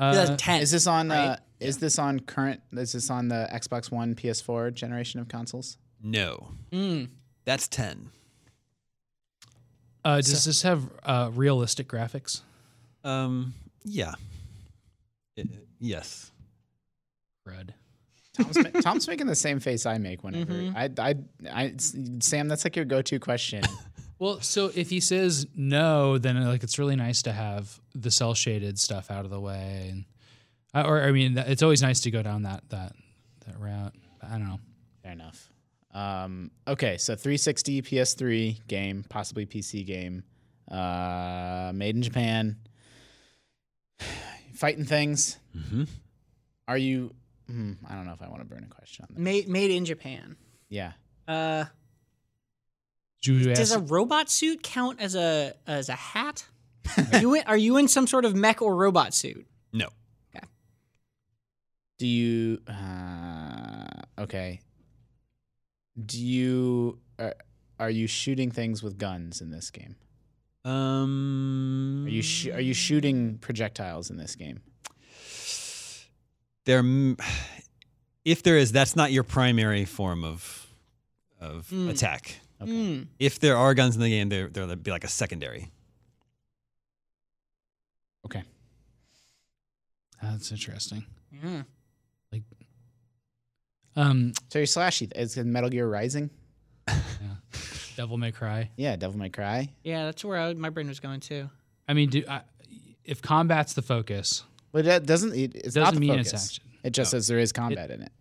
[SPEAKER 3] Uh,
[SPEAKER 4] 2010.
[SPEAKER 5] is this on? Uh,
[SPEAKER 4] right?
[SPEAKER 5] Is this on current? Is this on the Xbox One, PS4 generation of consoles?
[SPEAKER 2] No.
[SPEAKER 4] Mm.
[SPEAKER 2] That's ten.
[SPEAKER 3] uh, does this have uh, realistic graphics?
[SPEAKER 2] Um. Yeah. I- yes.
[SPEAKER 3] Crud.
[SPEAKER 5] Tom's, ma- Tom's making the same face I make whenever I, I, I, Sam. That's like your go-to question.
[SPEAKER 3] Well, so if he says no, then like it's really nice to have the cell shaded stuff out of the way, and I- or I mean, it's always nice to go down that that that route. I don't know.
[SPEAKER 5] Fair enough. Um, okay, so 360 PS3 game, possibly PC game, uh, made in Japan. Fighting things.
[SPEAKER 2] Mm-hmm.
[SPEAKER 5] Are you? Hmm, I don't know if I want to burn a question on that.
[SPEAKER 4] Made made in Japan.
[SPEAKER 5] Yeah.
[SPEAKER 4] Uh,
[SPEAKER 3] Did you
[SPEAKER 4] Does a
[SPEAKER 3] ask-
[SPEAKER 4] robot suit count as a as a hat? are, you in, are you in some sort of mech or robot suit?
[SPEAKER 2] No.
[SPEAKER 5] Do you? Uh, okay. Do you? Are, are you shooting things with guns in this game?
[SPEAKER 2] Um.
[SPEAKER 5] Are you? Sh- are you shooting projectiles in this game?
[SPEAKER 2] there m- if there is that's not your primary form of of attack
[SPEAKER 4] Hmm.
[SPEAKER 2] if there are guns in the game there there'll be like a secondary
[SPEAKER 5] Okay.
[SPEAKER 3] That's interesting.
[SPEAKER 4] Yeah.
[SPEAKER 3] Um,
[SPEAKER 5] So you're slashy. It's in Metal Gear Rising.
[SPEAKER 3] Devil May Cry.
[SPEAKER 5] Yeah, Devil May Cry.
[SPEAKER 4] Yeah, that's where I, my brain was going to.
[SPEAKER 3] I mean, do I, if combat's the focus,
[SPEAKER 5] But that doesn't. It, it's not
[SPEAKER 3] Doesn't
[SPEAKER 5] the
[SPEAKER 3] mean it's
[SPEAKER 5] focus.
[SPEAKER 3] action.
[SPEAKER 5] It just says there is combat in it.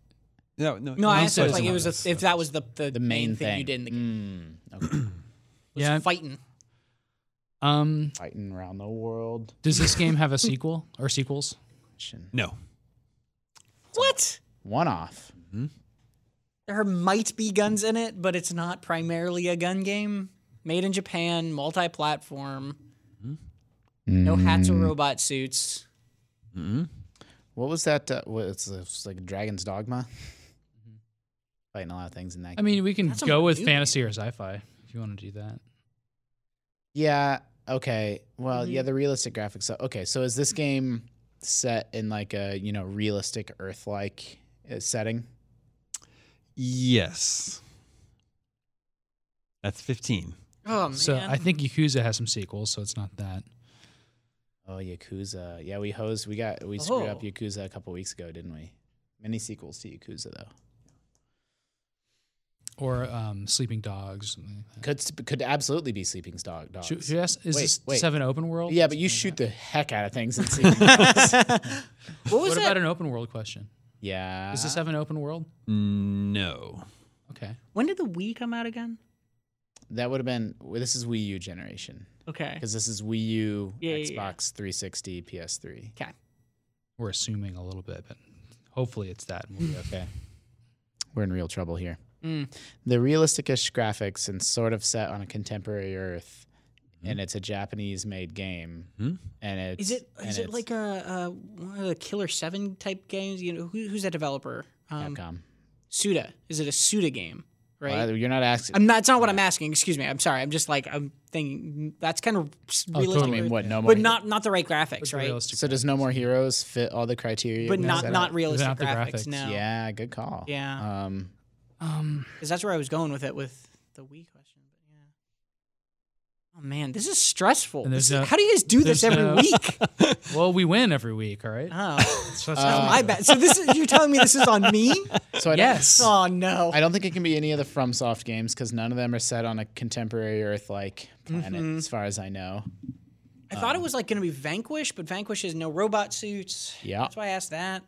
[SPEAKER 2] no no
[SPEAKER 4] No, I
[SPEAKER 3] I'm
[SPEAKER 4] asked
[SPEAKER 3] sorry,
[SPEAKER 4] if, like
[SPEAKER 3] someone
[SPEAKER 4] it was
[SPEAKER 2] else.
[SPEAKER 4] a, if that was the the,
[SPEAKER 5] The main
[SPEAKER 4] thing,
[SPEAKER 5] thing
[SPEAKER 4] you did in the game.
[SPEAKER 5] Mm, okay.
[SPEAKER 4] Was
[SPEAKER 3] Yeah.
[SPEAKER 4] fighting.
[SPEAKER 3] um,
[SPEAKER 5] Fighting around the world.
[SPEAKER 3] does this game have a sequel or sequels?
[SPEAKER 5] Question.
[SPEAKER 2] no
[SPEAKER 4] What?
[SPEAKER 5] One off.
[SPEAKER 4] There might be guns in it, but it's not primarily a gun game. Made in Japan, multi platform. No hats or robot suits.
[SPEAKER 5] Mm. What was that? Uh, what, it's, it's like Dragon's Dogma.
[SPEAKER 4] Mm-hmm.
[SPEAKER 5] Fighting a lot of things in that.
[SPEAKER 3] I mean, we can
[SPEAKER 4] That's a
[SPEAKER 3] go with
[SPEAKER 4] movie.
[SPEAKER 3] fantasy or sci-fi if you want to do that.
[SPEAKER 5] yeah. Okay. Well,
[SPEAKER 3] Mm-hmm.
[SPEAKER 5] yeah. The realistic graphics. so- Okay. So is this game set in like a you know realistic Earth-like uh, setting?
[SPEAKER 2] Yes. That's 15.
[SPEAKER 4] Oh man.
[SPEAKER 3] So I think Yakuza has some sequels, so it's not that.
[SPEAKER 5] Oh, Yakuza. Yeah, we hosed. We got we screwed up
[SPEAKER 4] Oh.
[SPEAKER 5] Yakuza a couple weeks ago, didn't we? Many sequels to Yakuza though.
[SPEAKER 3] Or um, Sleeping Dogs. Something like
[SPEAKER 5] Could s- could absolutely be sleeping dog
[SPEAKER 3] that.
[SPEAKER 5] dogs.
[SPEAKER 3] Should, should I ask- is
[SPEAKER 5] Wait,
[SPEAKER 3] this
[SPEAKER 5] wait.
[SPEAKER 3] seven open world?
[SPEAKER 5] yeah, but you shoot the heck out of things in sleeping dogs.
[SPEAKER 4] what was
[SPEAKER 3] What
[SPEAKER 4] that?
[SPEAKER 3] about an open world question?
[SPEAKER 5] Yeah.
[SPEAKER 3] Is this seven open world?
[SPEAKER 2] No.
[SPEAKER 3] Okay.
[SPEAKER 4] when did the Wii come out again?
[SPEAKER 5] that would have been. well, This is Wii U generation
[SPEAKER 4] Okay.
[SPEAKER 5] because this is Wii U,
[SPEAKER 4] Yeah, yeah,
[SPEAKER 5] Xbox
[SPEAKER 4] yeah.
[SPEAKER 5] 360, PS3.
[SPEAKER 4] Okay.
[SPEAKER 3] We're assuming a little bit, but hopefully it's that. and we'll be okay.
[SPEAKER 5] Okay. We're in real trouble here.
[SPEAKER 4] Mm.
[SPEAKER 5] The realistic-ish graphics and sort of set on a contemporary Earth, and it's a Japanese-made game.
[SPEAKER 2] Mhm.
[SPEAKER 5] And it's
[SPEAKER 4] Hmm? Is it
[SPEAKER 5] and
[SPEAKER 4] is it
[SPEAKER 5] it's
[SPEAKER 4] like a, a one of the Killer Seven type games? You know who, who's that developer? Um,
[SPEAKER 5] Capcom?
[SPEAKER 4] Suda. Is it a Suda game? Right.
[SPEAKER 5] Well, you're not asking.
[SPEAKER 4] I'm not. That's not what I'm asking. Excuse me. I'm sorry. I'm just like I'm thinking. That's kind of s-
[SPEAKER 3] Oh,
[SPEAKER 4] realistic,
[SPEAKER 3] totally.
[SPEAKER 5] what? No more.
[SPEAKER 4] but not not the right graphics,
[SPEAKER 3] What's the
[SPEAKER 4] right?
[SPEAKER 3] realistic
[SPEAKER 5] So does No More Heroes fit all the criteria?
[SPEAKER 4] But
[SPEAKER 5] No, is
[SPEAKER 4] not
[SPEAKER 5] that
[SPEAKER 4] not
[SPEAKER 5] it?
[SPEAKER 4] realistic
[SPEAKER 3] Without the
[SPEAKER 4] graphics,
[SPEAKER 3] graphics.
[SPEAKER 4] No.
[SPEAKER 5] Yeah, good call.
[SPEAKER 4] Yeah.
[SPEAKER 5] Um,
[SPEAKER 3] Um,
[SPEAKER 4] Because that's where I was going with it with the Wii question. But yeah. Oh man, this is stressful.
[SPEAKER 3] And there's
[SPEAKER 4] This is-
[SPEAKER 3] no-
[SPEAKER 4] how do you guys do this
[SPEAKER 3] there's
[SPEAKER 4] every
[SPEAKER 3] no-
[SPEAKER 4] week?
[SPEAKER 3] well, we win every week, all right?
[SPEAKER 4] Oh,
[SPEAKER 3] So that's
[SPEAKER 5] Uh,
[SPEAKER 3] not
[SPEAKER 4] my
[SPEAKER 3] good.
[SPEAKER 4] bad. So this is you're telling me this is on me?
[SPEAKER 5] so I
[SPEAKER 3] Yes.
[SPEAKER 4] Oh no.
[SPEAKER 5] Don't, I don't think it can be any of the FromSoft games because none of them are set on a contemporary Earth-like planet,
[SPEAKER 4] Mhm.
[SPEAKER 5] as far as I know.
[SPEAKER 4] I thought it was like going to be Vanquish, but Vanquish is no robot suits.
[SPEAKER 5] Yeah.
[SPEAKER 4] That's why I asked that.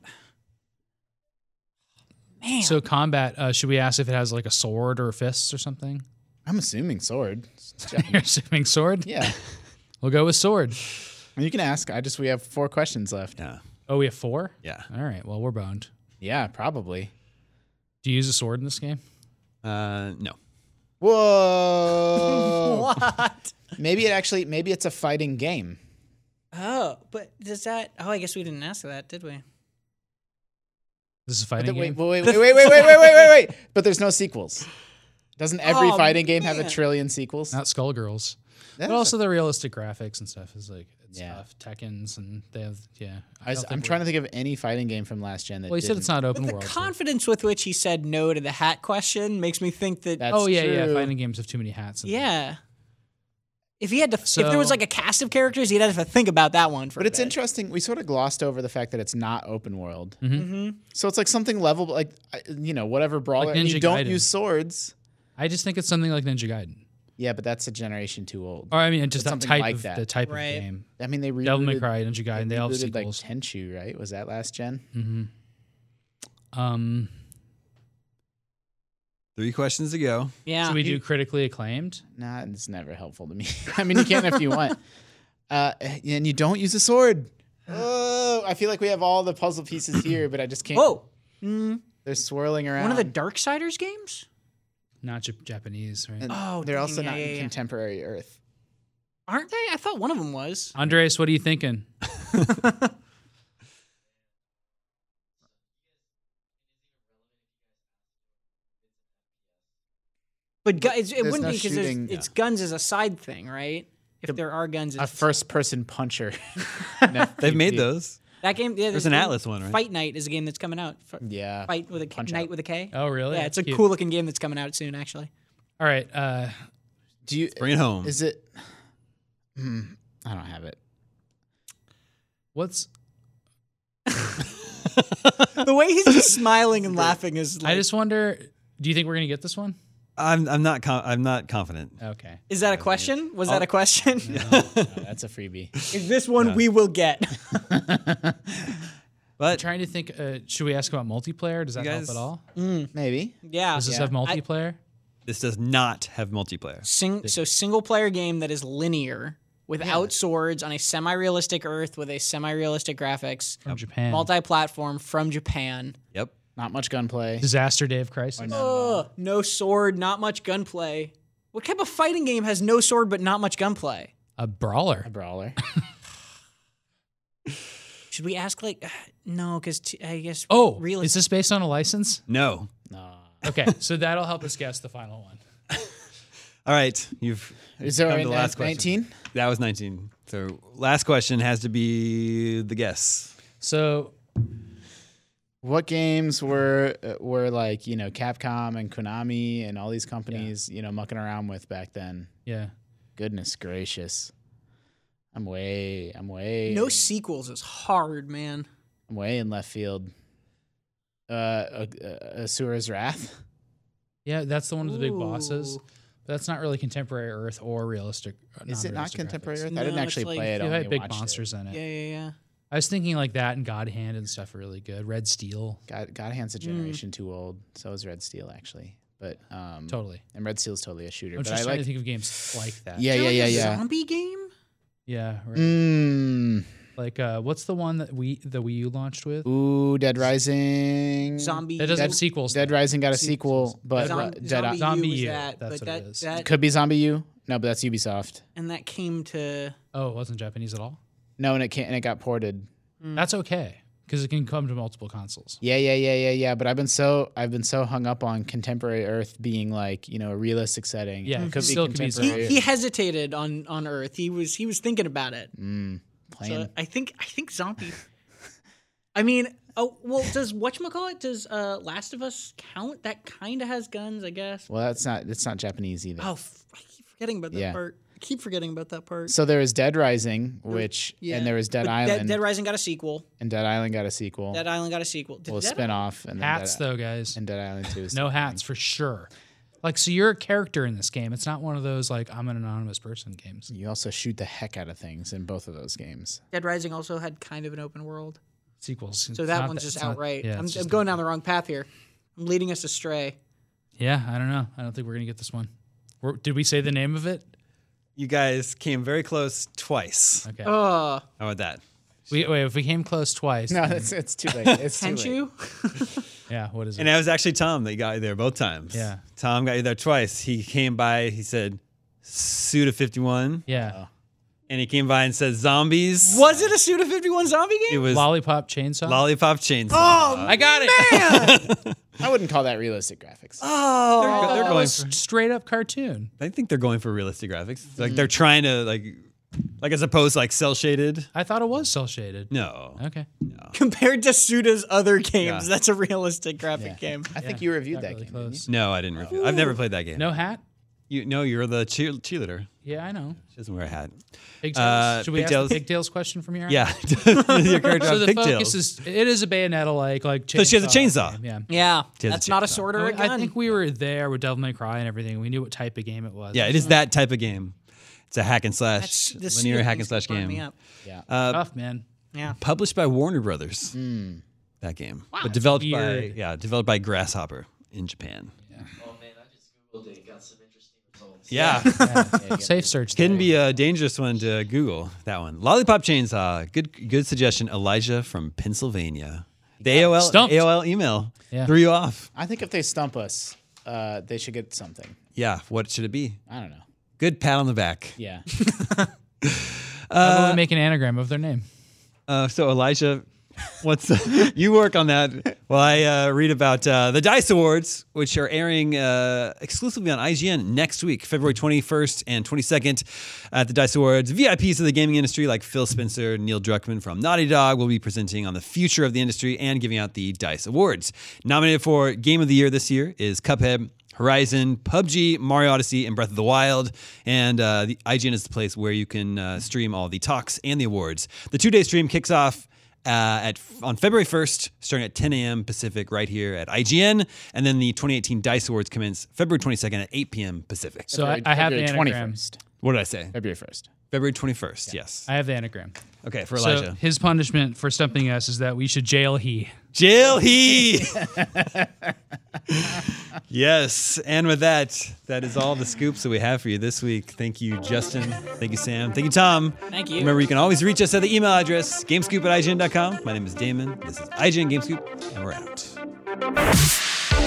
[SPEAKER 4] Man.
[SPEAKER 3] So combat, uh, should we ask if it has like a sword or fists or something?
[SPEAKER 5] I'm assuming sword.
[SPEAKER 3] You're assuming sword?
[SPEAKER 5] yeah,
[SPEAKER 3] We'll go with sword.
[SPEAKER 5] you can ask. I just we have four questions left.
[SPEAKER 2] Yeah.
[SPEAKER 3] Oh, we have four?
[SPEAKER 2] Yeah.
[SPEAKER 3] All right. Well, we're boned.
[SPEAKER 5] Yeah, probably.
[SPEAKER 3] Do you use a sword in this game?
[SPEAKER 2] Uh, no.
[SPEAKER 5] Whoa!
[SPEAKER 4] what?
[SPEAKER 5] maybe it actually. Maybe it's a fighting game.
[SPEAKER 4] Oh, but does that? Oh, I guess we didn't ask that, did we?
[SPEAKER 3] This is a
[SPEAKER 5] But
[SPEAKER 3] fighting
[SPEAKER 5] wait,
[SPEAKER 3] game.
[SPEAKER 5] wait, wait, wait, wait, wait, wait, wait, wait, wait. But there's no sequels. Doesn't every
[SPEAKER 4] Oh,
[SPEAKER 5] fighting game have a
[SPEAKER 4] man.
[SPEAKER 5] trillion sequels?
[SPEAKER 3] Not Skullgirls.
[SPEAKER 5] That
[SPEAKER 3] But
[SPEAKER 5] is
[SPEAKER 3] also the realistic graphics and stuff is like it's
[SPEAKER 5] Yeah.
[SPEAKER 3] tough. Tekken's and they have yeah.
[SPEAKER 5] I
[SPEAKER 3] don't
[SPEAKER 5] am
[SPEAKER 3] think
[SPEAKER 5] trying to think of any fighting game from last gen that.
[SPEAKER 3] Well, you said it's
[SPEAKER 5] didn't-
[SPEAKER 3] not open
[SPEAKER 4] But the
[SPEAKER 3] world. so-
[SPEAKER 4] confidence with which he said no to the hat question makes me think that.
[SPEAKER 5] That's
[SPEAKER 3] oh yeah, yeah.
[SPEAKER 5] true.
[SPEAKER 3] Fighting games have too many hats. and-
[SPEAKER 4] yeah. If he had to, if there was
[SPEAKER 3] So-
[SPEAKER 4] like a cast of characters, he'd have to think about that one for.
[SPEAKER 5] But it's
[SPEAKER 4] a bit.
[SPEAKER 5] interesting. We sort of glossed over the fact that it's not open world.
[SPEAKER 3] Mm-hmm.
[SPEAKER 4] Mhm.
[SPEAKER 5] So it's like something level, like I- you know, whatever brawler. and
[SPEAKER 3] Ninja
[SPEAKER 5] you don't
[SPEAKER 3] Gaiden.
[SPEAKER 5] use swords.
[SPEAKER 3] I just think it's something like Ninja Gaiden,
[SPEAKER 5] Yeah, but that's a generation too old.
[SPEAKER 3] or I mean, just that
[SPEAKER 5] something
[SPEAKER 3] type
[SPEAKER 5] like
[SPEAKER 3] of
[SPEAKER 5] that.
[SPEAKER 3] the type
[SPEAKER 4] Right.
[SPEAKER 3] of game.
[SPEAKER 5] I mean, they rebooted.
[SPEAKER 3] Devil May Cry, Ninja Gaiden, they all have
[SPEAKER 5] rebooted, like
[SPEAKER 3] sequels.
[SPEAKER 5] Tenchu, right? Was that last gen?
[SPEAKER 3] um,
[SPEAKER 2] Three questions to go.
[SPEAKER 4] Yeah.
[SPEAKER 3] should we do critically acclaimed?
[SPEAKER 5] Nah, it's never helpful to me. I mean, you can if you want. Uh, and you don't use a sword. Oh, I feel like we have all the puzzle pieces here, but I just can't.
[SPEAKER 4] Whoa.
[SPEAKER 5] They're swirling around.
[SPEAKER 4] One of the Darksiders games?
[SPEAKER 3] Not Jap- Japanese, right?
[SPEAKER 5] And
[SPEAKER 4] Oh,
[SPEAKER 5] they're
[SPEAKER 4] dang,
[SPEAKER 5] also
[SPEAKER 4] yeah,
[SPEAKER 5] not
[SPEAKER 4] yeah,
[SPEAKER 5] in
[SPEAKER 4] yeah.
[SPEAKER 5] contemporary Earth.
[SPEAKER 4] Aren't they? I thought one of them was.
[SPEAKER 3] Andres, Oh, what are you thinking?
[SPEAKER 4] But gu- it's, it
[SPEAKER 5] There's
[SPEAKER 4] wouldn't
[SPEAKER 5] no
[SPEAKER 4] be because there's-
[SPEAKER 5] shooting-
[SPEAKER 4] it's guns as a side thing, right? If there are guns,
[SPEAKER 5] A
[SPEAKER 4] it's
[SPEAKER 5] first-person puncher.
[SPEAKER 2] They've made those.
[SPEAKER 4] that game. Yeah,
[SPEAKER 2] There's
[SPEAKER 4] this
[SPEAKER 2] an
[SPEAKER 4] game-
[SPEAKER 2] Atlas one, right?
[SPEAKER 4] Fight Night is a game that's coming out. F-
[SPEAKER 5] Yeah.
[SPEAKER 4] Fight with a K,
[SPEAKER 5] Punch
[SPEAKER 4] Night
[SPEAKER 5] Out.
[SPEAKER 4] with a K.
[SPEAKER 3] Oh, really?
[SPEAKER 4] yeah, it's a
[SPEAKER 3] Cute.
[SPEAKER 4] cool looking game that's coming out soon, actually.
[SPEAKER 3] All right. Uh,
[SPEAKER 5] Do you?
[SPEAKER 2] Bring it home.
[SPEAKER 5] Is it? Hmm, I don't have it.
[SPEAKER 3] what's?
[SPEAKER 4] the way he's just smiling and laughing is like,
[SPEAKER 3] I just wonder. Do you think we're gonna get this one?
[SPEAKER 2] I'm, I'm not. Com- I'm not confident.
[SPEAKER 5] Uh,
[SPEAKER 3] Okay.
[SPEAKER 4] is that a question? Was
[SPEAKER 3] Oh.
[SPEAKER 4] that a question?
[SPEAKER 5] No, that's a freebie.
[SPEAKER 4] is this one we will get?
[SPEAKER 2] But
[SPEAKER 3] Trying to think. Uh, should we ask about multiplayer? Does that
[SPEAKER 2] guys-
[SPEAKER 3] help at all?
[SPEAKER 5] Maybe.
[SPEAKER 4] yeah.
[SPEAKER 3] Does this
[SPEAKER 5] Yeah.
[SPEAKER 3] have multiplayer?
[SPEAKER 2] this does not have multiplayer.
[SPEAKER 4] Sing, so single player game that is linear without swords on a semi-realistic earth with a semi-realistic graphics
[SPEAKER 3] From Japan.
[SPEAKER 4] multi-platform from japan
[SPEAKER 2] Yep.
[SPEAKER 5] Not much gunplay.
[SPEAKER 3] Disaster Day of
[SPEAKER 5] Oh.
[SPEAKER 3] Crisis.
[SPEAKER 4] Ugh, no sword, not much gunplay. What type of fighting game has no sword but not much gunplay?
[SPEAKER 3] A brawler.
[SPEAKER 5] A brawler.
[SPEAKER 4] Should we ask like, uh, no, because t- I guess.
[SPEAKER 3] Oh,
[SPEAKER 4] really?
[SPEAKER 3] is this based on a license?
[SPEAKER 2] No.
[SPEAKER 3] Okay, so that'll help us guess the final one.
[SPEAKER 2] All right, you've
[SPEAKER 5] Is there
[SPEAKER 2] come
[SPEAKER 5] right
[SPEAKER 2] to the
[SPEAKER 5] now
[SPEAKER 2] last
[SPEAKER 5] it's 19?
[SPEAKER 2] question. That was 19. So last question has to be the guess.
[SPEAKER 3] So
[SPEAKER 5] What games were uh, were like you know Capcom and Konami and all these companies you know mucking around with back then?
[SPEAKER 3] yeah,
[SPEAKER 5] Goodness gracious, I'm way I'm way
[SPEAKER 4] no sequels is hard, man.
[SPEAKER 5] I'm way in left field. Uh, uh, uh, Asura's Wrath.
[SPEAKER 3] yeah, that's the one with the big bosses.
[SPEAKER 4] Ooh.
[SPEAKER 3] That's not really contemporary Earth or realistic. uh,
[SPEAKER 5] Is it not
[SPEAKER 3] non-realistic graphics.
[SPEAKER 5] contemporary? Earth?
[SPEAKER 4] No,
[SPEAKER 5] I didn't
[SPEAKER 4] it's
[SPEAKER 5] actually
[SPEAKER 4] like-
[SPEAKER 5] play it. I
[SPEAKER 3] You had
[SPEAKER 5] only
[SPEAKER 3] big
[SPEAKER 5] watched it.
[SPEAKER 3] monsters in it.
[SPEAKER 4] Yeah, yeah, yeah.
[SPEAKER 3] I was thinking like that and God Hand and stuff are really good. Red Steel,
[SPEAKER 5] God, God Hand's
[SPEAKER 4] Hmm.
[SPEAKER 5] a generation too old. So is Red Steel actually, but um,
[SPEAKER 3] totally.
[SPEAKER 5] and Red Steel's totally a shooter.
[SPEAKER 3] I'm
[SPEAKER 5] But I
[SPEAKER 3] just trying
[SPEAKER 5] like,
[SPEAKER 3] to think of games like that.
[SPEAKER 5] yeah, Mm.
[SPEAKER 4] Is
[SPEAKER 5] yeah,
[SPEAKER 4] there,
[SPEAKER 5] yeah,
[SPEAKER 4] like, a
[SPEAKER 5] yeah.
[SPEAKER 4] Zombie game?
[SPEAKER 3] yeah. Right.
[SPEAKER 5] Mmm.
[SPEAKER 3] Like, uh, what's the one that we the Wii U launched with?
[SPEAKER 5] Hmm. Ooh, Dead Rising.
[SPEAKER 4] Zombie.
[SPEAKER 3] that doesn't
[SPEAKER 4] U?
[SPEAKER 3] have sequels.
[SPEAKER 5] Dead
[SPEAKER 3] though.
[SPEAKER 5] Rising got a sequel, but
[SPEAKER 4] Zom-
[SPEAKER 5] Ri- Dead
[SPEAKER 4] Zombie
[SPEAKER 5] Eye-
[SPEAKER 3] uh, Zombie
[SPEAKER 4] U is
[SPEAKER 3] U,
[SPEAKER 4] that,
[SPEAKER 3] that's
[SPEAKER 4] but
[SPEAKER 3] what it
[SPEAKER 4] that,
[SPEAKER 3] is.
[SPEAKER 4] that
[SPEAKER 5] could be Zombie U. No, but that's Ubisoft.
[SPEAKER 4] and that came to
[SPEAKER 3] Oh, it wasn't Japanese at all.
[SPEAKER 5] No, and it can't. And it got ported.
[SPEAKER 3] That's okay because it can come to multiple consoles.
[SPEAKER 5] Yeah, yeah, yeah, yeah, yeah. But I've been so I've been so hung up on contemporary Earth being like you know a realistic setting.
[SPEAKER 3] Yeah,
[SPEAKER 5] it
[SPEAKER 3] it
[SPEAKER 5] could be
[SPEAKER 3] still could be
[SPEAKER 5] contemporary.
[SPEAKER 4] he, he hesitated on on Earth. He was he was thinking about it.
[SPEAKER 5] Plain.
[SPEAKER 4] So I think I think zombie. I mean, oh well, does whatchamacallit, does uh Last of Us count? That kinda has guns, I guess.
[SPEAKER 5] well, that's not it's not Japanese either.
[SPEAKER 4] Oh f- I keep forgetting about that
[SPEAKER 5] Yeah.
[SPEAKER 4] part. I keep forgetting about that part.
[SPEAKER 5] So there was Dead Rising, which
[SPEAKER 4] Yeah.
[SPEAKER 5] and there was Dead
[SPEAKER 4] But
[SPEAKER 5] Island,
[SPEAKER 4] Dead Rising got a sequel.
[SPEAKER 5] and Dead Island got a sequel.
[SPEAKER 4] Dead Island got a sequel. Did
[SPEAKER 5] well, a
[SPEAKER 4] Dead-
[SPEAKER 5] spinoff, and then
[SPEAKER 3] Hats
[SPEAKER 5] Dead,
[SPEAKER 3] though, guys.
[SPEAKER 5] and Dead Island Two. is-
[SPEAKER 3] No hats for sure. Like, so you're a character in this game. It's not one of those like I'm an anonymous person games.
[SPEAKER 5] You also shoot the heck out of things in both of those games.
[SPEAKER 4] Dead Rising also had kind of an open world.
[SPEAKER 3] Sequels.
[SPEAKER 4] So
[SPEAKER 3] it's
[SPEAKER 4] that
[SPEAKER 3] not
[SPEAKER 4] one's
[SPEAKER 3] that-
[SPEAKER 4] just
[SPEAKER 3] it's not-
[SPEAKER 4] outright.
[SPEAKER 3] yeah,
[SPEAKER 4] I'm,
[SPEAKER 3] it's
[SPEAKER 4] I'm
[SPEAKER 3] just-
[SPEAKER 4] going down the wrong path here. I'm leading us astray.
[SPEAKER 3] Yeah, I don't know. I don't think we're gonna get this one. We're, did we say the name of it?
[SPEAKER 2] You guys came very close twice.
[SPEAKER 3] Okay.
[SPEAKER 4] Uh
[SPEAKER 2] How about that?
[SPEAKER 3] We, wait, if we came close twice,
[SPEAKER 5] No, it's it's too late. It's too late.
[SPEAKER 4] Tenchu?
[SPEAKER 3] yeah. What is it?
[SPEAKER 2] And that was actually Tom that got you there both times.
[SPEAKER 3] Yeah.
[SPEAKER 2] Tom got you there twice. He came by, he said, Suda 51.
[SPEAKER 3] yeah.
[SPEAKER 2] And he came by and said, Zombies.
[SPEAKER 4] Was it a Suda 51 zombie game?
[SPEAKER 2] It was
[SPEAKER 3] Lollipop Oh, chainsaw.
[SPEAKER 2] Lollipop Chainsaw.
[SPEAKER 3] I got it.
[SPEAKER 5] I wouldn't call that realistic graphics.
[SPEAKER 4] Oh.
[SPEAKER 2] They're- they're going for,
[SPEAKER 3] Straight up cartoon.
[SPEAKER 2] I think they're going for realistic graphics.
[SPEAKER 3] Mm-hmm.
[SPEAKER 2] Like they're trying to like like as opposed to like cell shaded.
[SPEAKER 3] I thought it was cell shaded.
[SPEAKER 2] No.
[SPEAKER 3] Okay.
[SPEAKER 4] compared to Suda's other games,
[SPEAKER 2] Yeah.
[SPEAKER 4] that's a realistic graphic game.
[SPEAKER 5] I think you reviewed
[SPEAKER 3] Got
[SPEAKER 5] that
[SPEAKER 3] really
[SPEAKER 5] game. didn't you?
[SPEAKER 3] close.
[SPEAKER 2] No, I didn't review. I've never played that game.
[SPEAKER 3] No hat.
[SPEAKER 2] You no, you're the cheer, cheerleader.
[SPEAKER 3] Yeah, I know.
[SPEAKER 2] She doesn't wear a hat.
[SPEAKER 3] Pigtails.
[SPEAKER 2] Uh,
[SPEAKER 3] Should we
[SPEAKER 2] pigtails.
[SPEAKER 3] ask the pigtails question from here? on? Oh,
[SPEAKER 2] Yeah. Your character
[SPEAKER 3] So
[SPEAKER 2] has
[SPEAKER 3] the
[SPEAKER 2] pigtails.
[SPEAKER 3] focus is it is a bayonetta like like.
[SPEAKER 2] So she has a chainsaw.
[SPEAKER 3] game, Yeah.
[SPEAKER 4] Yeah,
[SPEAKER 2] has
[SPEAKER 4] that's
[SPEAKER 2] a
[SPEAKER 4] not a
[SPEAKER 2] chainsaw.
[SPEAKER 4] sword or a gun.
[SPEAKER 3] I think we were there with Devil May Cry and everything. We knew what type of game it was.
[SPEAKER 2] yeah, it is that type of game. It's a hack and slash,
[SPEAKER 4] the
[SPEAKER 2] linear
[SPEAKER 4] Suda
[SPEAKER 2] hack and
[SPEAKER 4] things
[SPEAKER 2] slash
[SPEAKER 4] keep burning me
[SPEAKER 2] game.
[SPEAKER 4] up.
[SPEAKER 5] Uh,
[SPEAKER 2] Uh,
[SPEAKER 3] tough, man.
[SPEAKER 2] Published by Warner Brothers. That game. but developed
[SPEAKER 3] Weird.
[SPEAKER 2] by yeah, developed by Grasshopper in Japan.
[SPEAKER 6] Oh man, I just googled it and got some interesting results.
[SPEAKER 2] Yeah.
[SPEAKER 3] Safe search.
[SPEAKER 2] Can
[SPEAKER 3] there.
[SPEAKER 2] be a dangerous one to Google. That one, lollipop chainsaw. Good, good suggestion, Elijah from Pennsylvania. The AOL
[SPEAKER 3] stumped.
[SPEAKER 2] AOL email
[SPEAKER 3] Yeah.
[SPEAKER 2] threw you off.
[SPEAKER 5] I think if they stump us, uh, they should get something.
[SPEAKER 2] Yeah, what should it be?
[SPEAKER 5] I don't know.
[SPEAKER 2] Good pat on the back.
[SPEAKER 5] Yeah.
[SPEAKER 3] How about we make an anagram of their name?
[SPEAKER 2] Uh, so Elijah, what's you work on that? Well, I uh, read about uh, the Dice Awards, which are airing uh, exclusively on IGN next week, February 21st and 22nd at the Dice Awards. VIPs of the gaming industry like Phil Spencer, Neil Druckmann from Naughty Dog will be presenting on the future of the industry and giving out the Dice Awards. Nominated for Game of the Year this year is Cuphead. Horizon, PUBG, Mario Odyssey, and Breath of the Wild. And uh, the IGN is the place where you can uh, stream all the talks and the awards. The two day stream kicks off uh, at on February 1st, starting at 10 a.m. Pacific, right here at IGN. And then the 2018 Dice Awards commence February 22nd at 8 p.m. Pacific.
[SPEAKER 3] So I, I have the
[SPEAKER 5] February
[SPEAKER 3] anagram.
[SPEAKER 5] 21st.
[SPEAKER 2] what did I say?
[SPEAKER 5] February 1st.
[SPEAKER 2] February 21st. Yes.
[SPEAKER 3] I have the anagram.
[SPEAKER 2] Okay, for
[SPEAKER 3] So
[SPEAKER 2] Elijah.
[SPEAKER 3] his punishment for stumping us is that we should jail he.
[SPEAKER 2] Jail he. yes, and with that, that is all the scoops that we have for you this week. Thank you, Justin. Thank you, Sam. Thank you, Tom.
[SPEAKER 4] Thank you.
[SPEAKER 2] Remember, you can always reach us at the email address gamescoop at IGN.com. My name is Damon. This is IGN Gamescoop, and we're out.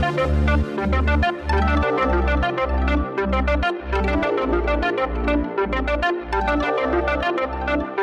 [SPEAKER 7] Thank you.